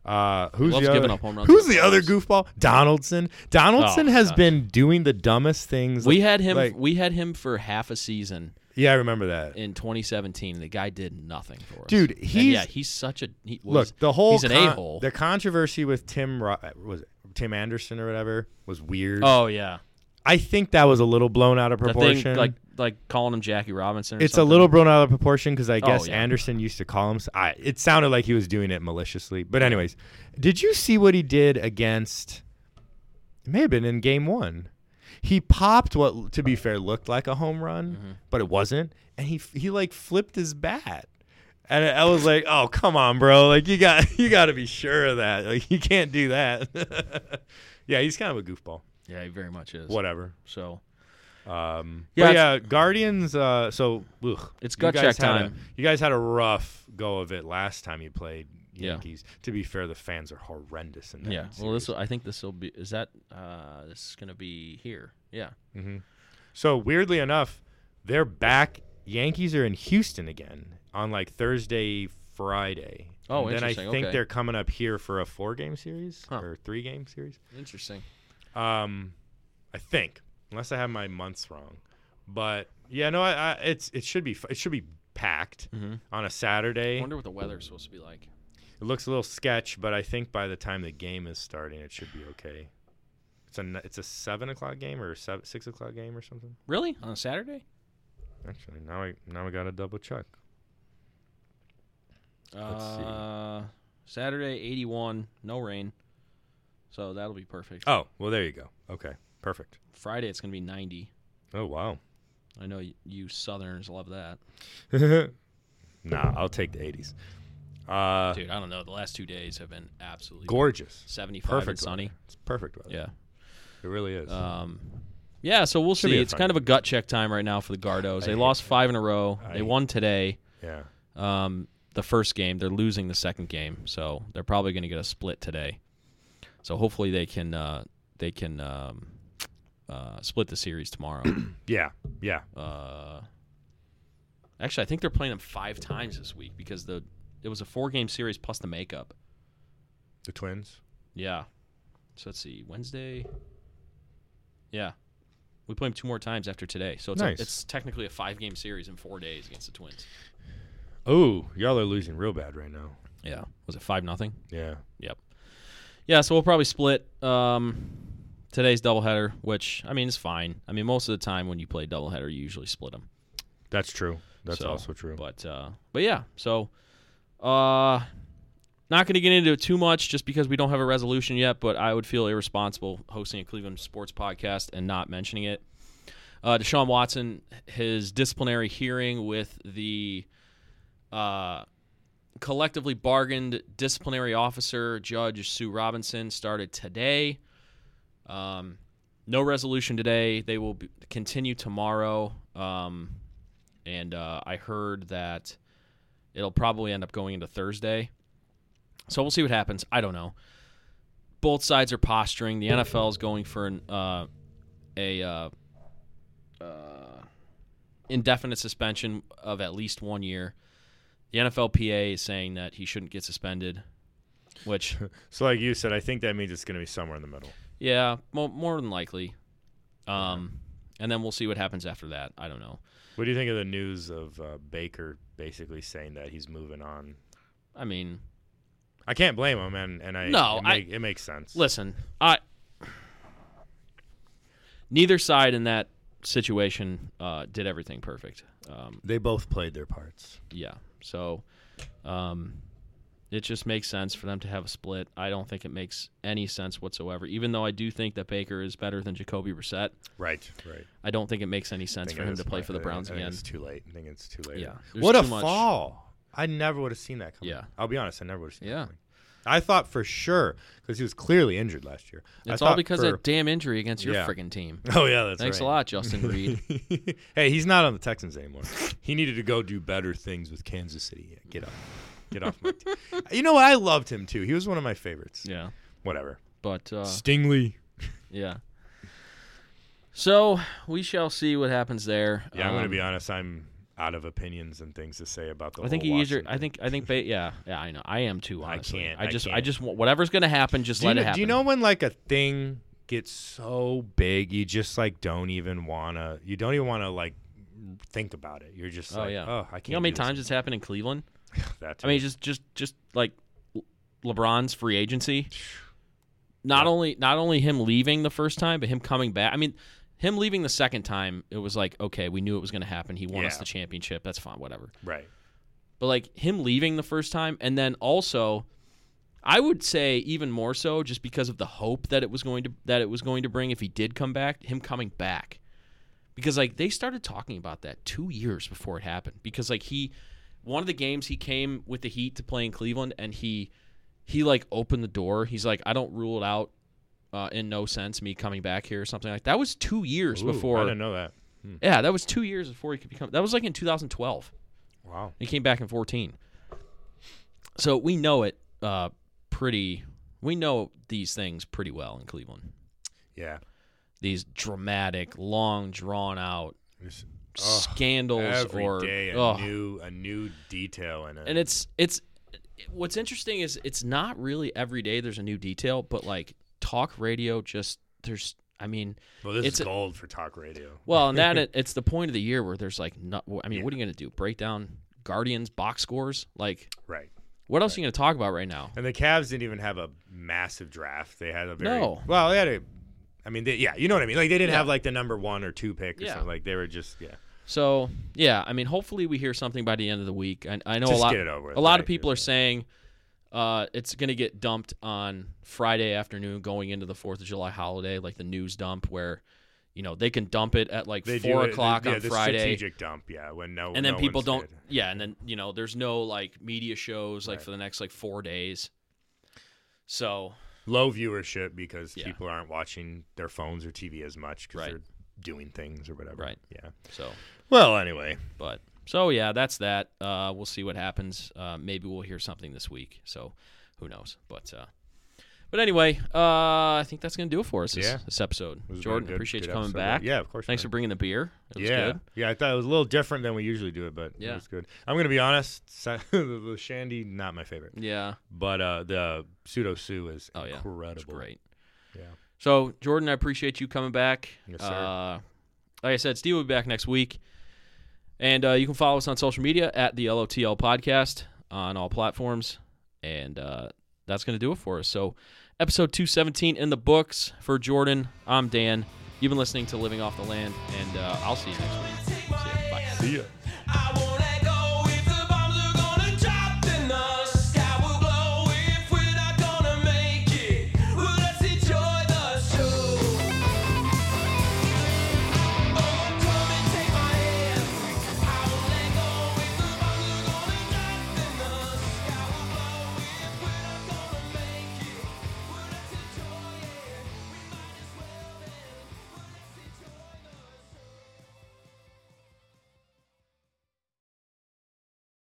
B: Uh, who's
A: loves
B: the
A: giving
B: other,
A: up home runs
B: who's
A: to the
B: the other
A: players.
B: goofball? Donaldson. Donaldson
A: Oh,
B: has
A: gosh.
B: been doing the dumbest things.
A: We had him.
B: like-
A: we had him for half a season
B: yeah, I remember that.
A: in 2017. and The guy did nothing for us,
B: Dude,
A: And
B: he's-
A: yeah, he's such a he, what was-
B: Look, the whole
A: he's an
B: con-
A: a-hole.
B: The controversy with Tim Ro- was it Tim Anderson or whatever was weird.
A: Oh yeah,
B: I think that was a little blown out of
A: the
B: proportion.
A: thing like like calling him Jackie Robinson. Or
B: it's a
A: something.
B: little blown out of proportion because I
A: Oh,
B: guess
A: yeah.
B: Anderson used to call him. s- I, it sounded like he was doing it maliciously. But anyways, did you see what he did against? It may have been in game one. He popped what, to be fair, looked like a home run,
A: Mm-hmm.
B: but it wasn't. And he f- he like flipped his bat, and I I was like, "Oh come on, bro! Like you got <laughs> you got to be sure of that. Like you can't do that." <laughs> yeah, he's kind of a goofball.
A: Yeah, he very much is.
B: Whatever.
A: So
B: Um,
A: Yeah,
B: yeah,
A: it's-
B: yeah, Guardians. Uh, so ugh,
A: It's
B: you
A: gut
B: guys
A: check
B: had a-
A: time.
B: you guys had a rough go of it last time you played
A: Yeah.
B: Yankees. To be fair, the fans are horrendous in that.
A: yeah, well, this will- I think this will be. Is that uh this is gonna be here? Yeah.
B: hmm So weirdly enough, they're back. Yankees are in Houston again on like Thursday, Friday.
A: Oh,
B: and
A: interesting,
B: Then I think
A: okay.
B: they're coming up here for a four-game series
A: Huh.
B: or three-game series.
A: Interesting.
B: Um, I think, unless I have my months wrong, but yeah, no, I, I it's it should be f- it should be packed
A: Mhm.
B: on a Saturday.
A: I wonder what the weather's supposed to be like.
B: It looks a little sketch, but I think by the time the game is starting, it should be okay. It's a n- it's a seven o'clock game or a seven, six o'clock game or something.
A: Really on a Saturday?
B: Actually, now I now I gotta double check. Let's see.
A: uh, Saturday, 81, no rain. So that'll be perfect.
B: Oh, well, there you go. Okay, perfect.
A: Friday, it's going to be 90.
B: Oh wow. <laughs>
A: I know y- you Southerners love that.
B: nah, I'll take the eighties.
A: <laughs>
B: Uh,
A: Dude, I don't know. The last two days have been absolutely
B: gorgeous.
A: 75
B: Perfect.
A: and sunny.
B: weather. It's perfect weather.
A: Yeah.
B: it really is.
A: Um, yeah, so we'll
B: Should be
A: see.
B: a
A: It's
B: fun
A: kind of a gut check time right now for the Gardos. They
B: I-
A: lost five in a row.
B: I-
A: they won today.
B: yeah.
A: Um, the first game, they're losing the second game, so they're probably going to get a split today. So hopefully they can uh, they can um, uh, split the series
B: <coughs>
A: tomorrow.
B: Yeah, yeah.
A: uh, actually, I think they're playing them five times this week because the it was a four game series plus the makeup.
B: The Twins.
A: Yeah. So let's see. Wednesday. Yeah. We play them two more times after today. So it's, a-
B: Nice.
A: it's technically a five game series in four days against the Twins.
B: Oh, y'all are losing real bad right now.
A: Yeah. Was it 5 nothing?
B: Yeah.
A: Yeah. So we'll probably split um, today's doubleheader, which, I mean, is fine. I mean, most of the time when you play doubleheader, you usually split them.
B: That's true. That's
A: So,
B: also true.
A: But uh, but yeah, so uh, not going to get into it too much just because we don't have a resolution yet. But I would feel irresponsible hosting a Cleveland sports podcast and not mentioning it. Uh, Deshaun Watson, his disciplinary hearing with the uh, collectively bargained disciplinary officer, Judge Sue Robinson, started today. Um, no resolution today. They will be, continue tomorrow. Um, and uh, I heard that it'll probably end up going into Thursday. So we'll see what happens. I don't know. Both sides are posturing. The NFL is going for an uh, a uh, uh, indefinite suspension of at least one year. The NFLPA is saying that he shouldn't get suspended, which
B: so, like you said, I think that means it's going to be somewhere in the middle.
A: yeah, mo- more than likely. Um, and then we'll see what happens after that. I don't know.
B: What do you think of the news of uh, Baker basically saying that he's moving on?
A: I mean,
B: I can't blame him, and and I
A: No,
B: it,
A: I-
B: make, it makes sense.
A: Listen, I neither side in that situation uh, did everything perfect. Um,
B: they both played their parts.
A: yeah, so um, it just makes sense for them to have a split. I don't think it makes any sense whatsoever. Even though I do think that Baker is better than Jacoby Brissett,
B: Right, right.
A: I don't think it makes any
B: I
A: sense
B: think
A: for
B: at
A: him
B: this
A: to play
B: point-
A: for the
B: I think-
A: Browns
B: I think
A: again.
B: It's too late. I think it's too late.
A: Yeah, there's
B: What a
A: too much-
B: fall! I never would have seen that coming.
A: Yeah.
B: I'll be honest, I never would have seen.
A: Yeah.
B: That coming. I thought for sure because he was clearly injured last year. I
A: It's all
B: thought
A: because
B: for,
A: of that damn injury against your
B: Yeah.
A: friggin' team.
B: <laughs> Oh yeah, <laughs> that's
A: Thanks
B: right.
A: a
B: <laughs>
A: lot, Justin Reed.
B: hey, he's not on the Texans anymore. He needed to go do better things with Kansas City. Yeah, get off, get off my team.
A: <laughs>
B: You know what? I loved him too. He was one of my favorites.
A: yeah,
B: Whatever.
A: but uh,
B: Stingley.
A: Yeah. So we shall see what happens there.
B: Yeah, I'm gonna
A: Um,
B: be honest. I'm out of opinions and things to say about the.
A: I think
B: whole
A: he either.
B: Washington
A: I think. I think. Ba- yeah. Yeah. I know. I am too.
B: I
A: Honestly.
B: can't,
A: I
B: I
A: just. I,
B: can't.
A: just want whatever's gonna happen. Just
B: Do you,
A: let
B: know,
A: it happen.
B: do you know when like a thing gets so big you just like don't even wanna you don't even wanna like think about it. You're just
A: Oh,
B: like,
A: yeah.
B: oh, I can't.
A: You know how many
B: do this."
A: times it's happened in Cleveland?
B: That too.
A: I mean, just, just, just like Le- LeBron's free agency. Not
B: Yeah.
A: only, not only him leaving the first time, but him coming back. I mean, him leaving the second time, it was like, okay, we knew it was gonna happen. He won us
B: Yeah.
A: the championship. That's fine. Whatever.
B: right.
A: But like him leaving the first time, and then also, I would say even more so, just because of the hope that it was going to that it was going to bring if he did come back, him coming back, because like they started talking about that two years before it happened, because like he, one of the games he came with the Heat to play in Cleveland, and he, he like opened the door. He's like, I don't rule it out. Uh, in no sense, me coming back here or something like that. was two years
B: Ooh, I
A: before.
B: didn't know that.
A: Yeah, that was two years before he could become. That was like in 2012.
B: Wow.
A: He came back in 14. So we know it uh, pretty. We know these things pretty well in Cleveland.
B: Yeah.
A: These dramatic, long, drawn out
B: Just, ugh,
A: scandals,
B: every
A: or
B: day a
A: ugh.
B: new a new detail in it.
A: and it's it's. What's interesting is it's not really every day. There's a new detail, but like talk radio, just there's. I mean,
B: well, this
A: it's
B: is
A: a-
B: gold for talk radio.
A: well, and
B: <laughs>
A: that it, it's the point of the year where there's like, not, I mean,
B: Yeah.
A: what are you gonna do? Break down Guardians box scores? Like,
B: Right.
A: what else are you gonna talk about right now?
B: And the Cavs didn't even have a massive draft. They had a very
A: No.
B: well. They had a. I mean, they, yeah, you know what I mean. Like they didn't
A: Yeah.
B: have like the number one or two pick or
A: Yeah.
B: something. Like they were just yeah.
A: So yeah, I mean, hopefully we hear something by the end of the week. I, I know
B: Just
A: a lot.
B: get it over with,
A: a lot
B: right?
A: of people are
B: Just-
A: saying uh, it's going to get dumped on Friday afternoon, going into the Fourth of July holiday, like the news dump, where you know they can dump it at like
B: They do
A: four
B: it-
A: o'clock
B: yeah,
A: on
B: the
A: Friday,
B: Strategic dump, yeah. When no,
A: and then
B: no
A: people
B: one's
A: don't.
B: good.
A: Yeah, and then you know there's no like media shows like
B: Right.
A: for the next like four days. So
B: low viewership because
A: Yeah.
B: people aren't watching their phones or TV as much because
A: Right.
B: they're doing things or whatever.
A: Right.
B: Yeah.
A: so
B: Well, anyway,
A: But so yeah, that's that. Uh, we'll see what happens. Uh, maybe we'll hear something this week. So who knows? But uh, But anyway, uh, I think that's gonna do it for us this,
B: Yeah.
A: this episode.
B: This has been
A: Jordan,
B: a good-
A: appreciate
B: good
A: you coming
B: episode.
A: back.
B: Yeah, of course.
A: Thanks for
B: man.
A: bringing the beer. It was
B: yeah,
A: good.
B: yeah. I thought it was a little different than we usually do it, but
A: Yeah.
B: it was good. I'm gonna be honest. <laughs> The, the shandy, not my favorite,
A: Yeah,
B: but uh, the pseudo sue is
A: Oh, yeah. It's
B: incredible.
A: it's great.
B: Yeah.
A: So Jordan, I appreciate you coming back.
B: Yes, sir.
A: Uh, like I said, Steve will be back next week, and uh, you can follow us on social media at the LOTL Podcast on all platforms, and uh, that's gonna do it for us. So, episode two seventeen in the books for Jordan. I'm Dan. You've been listening to Living Off the Land, and uh, I'll see you next week. See ya. Bye.
B: See ya.
D: I won't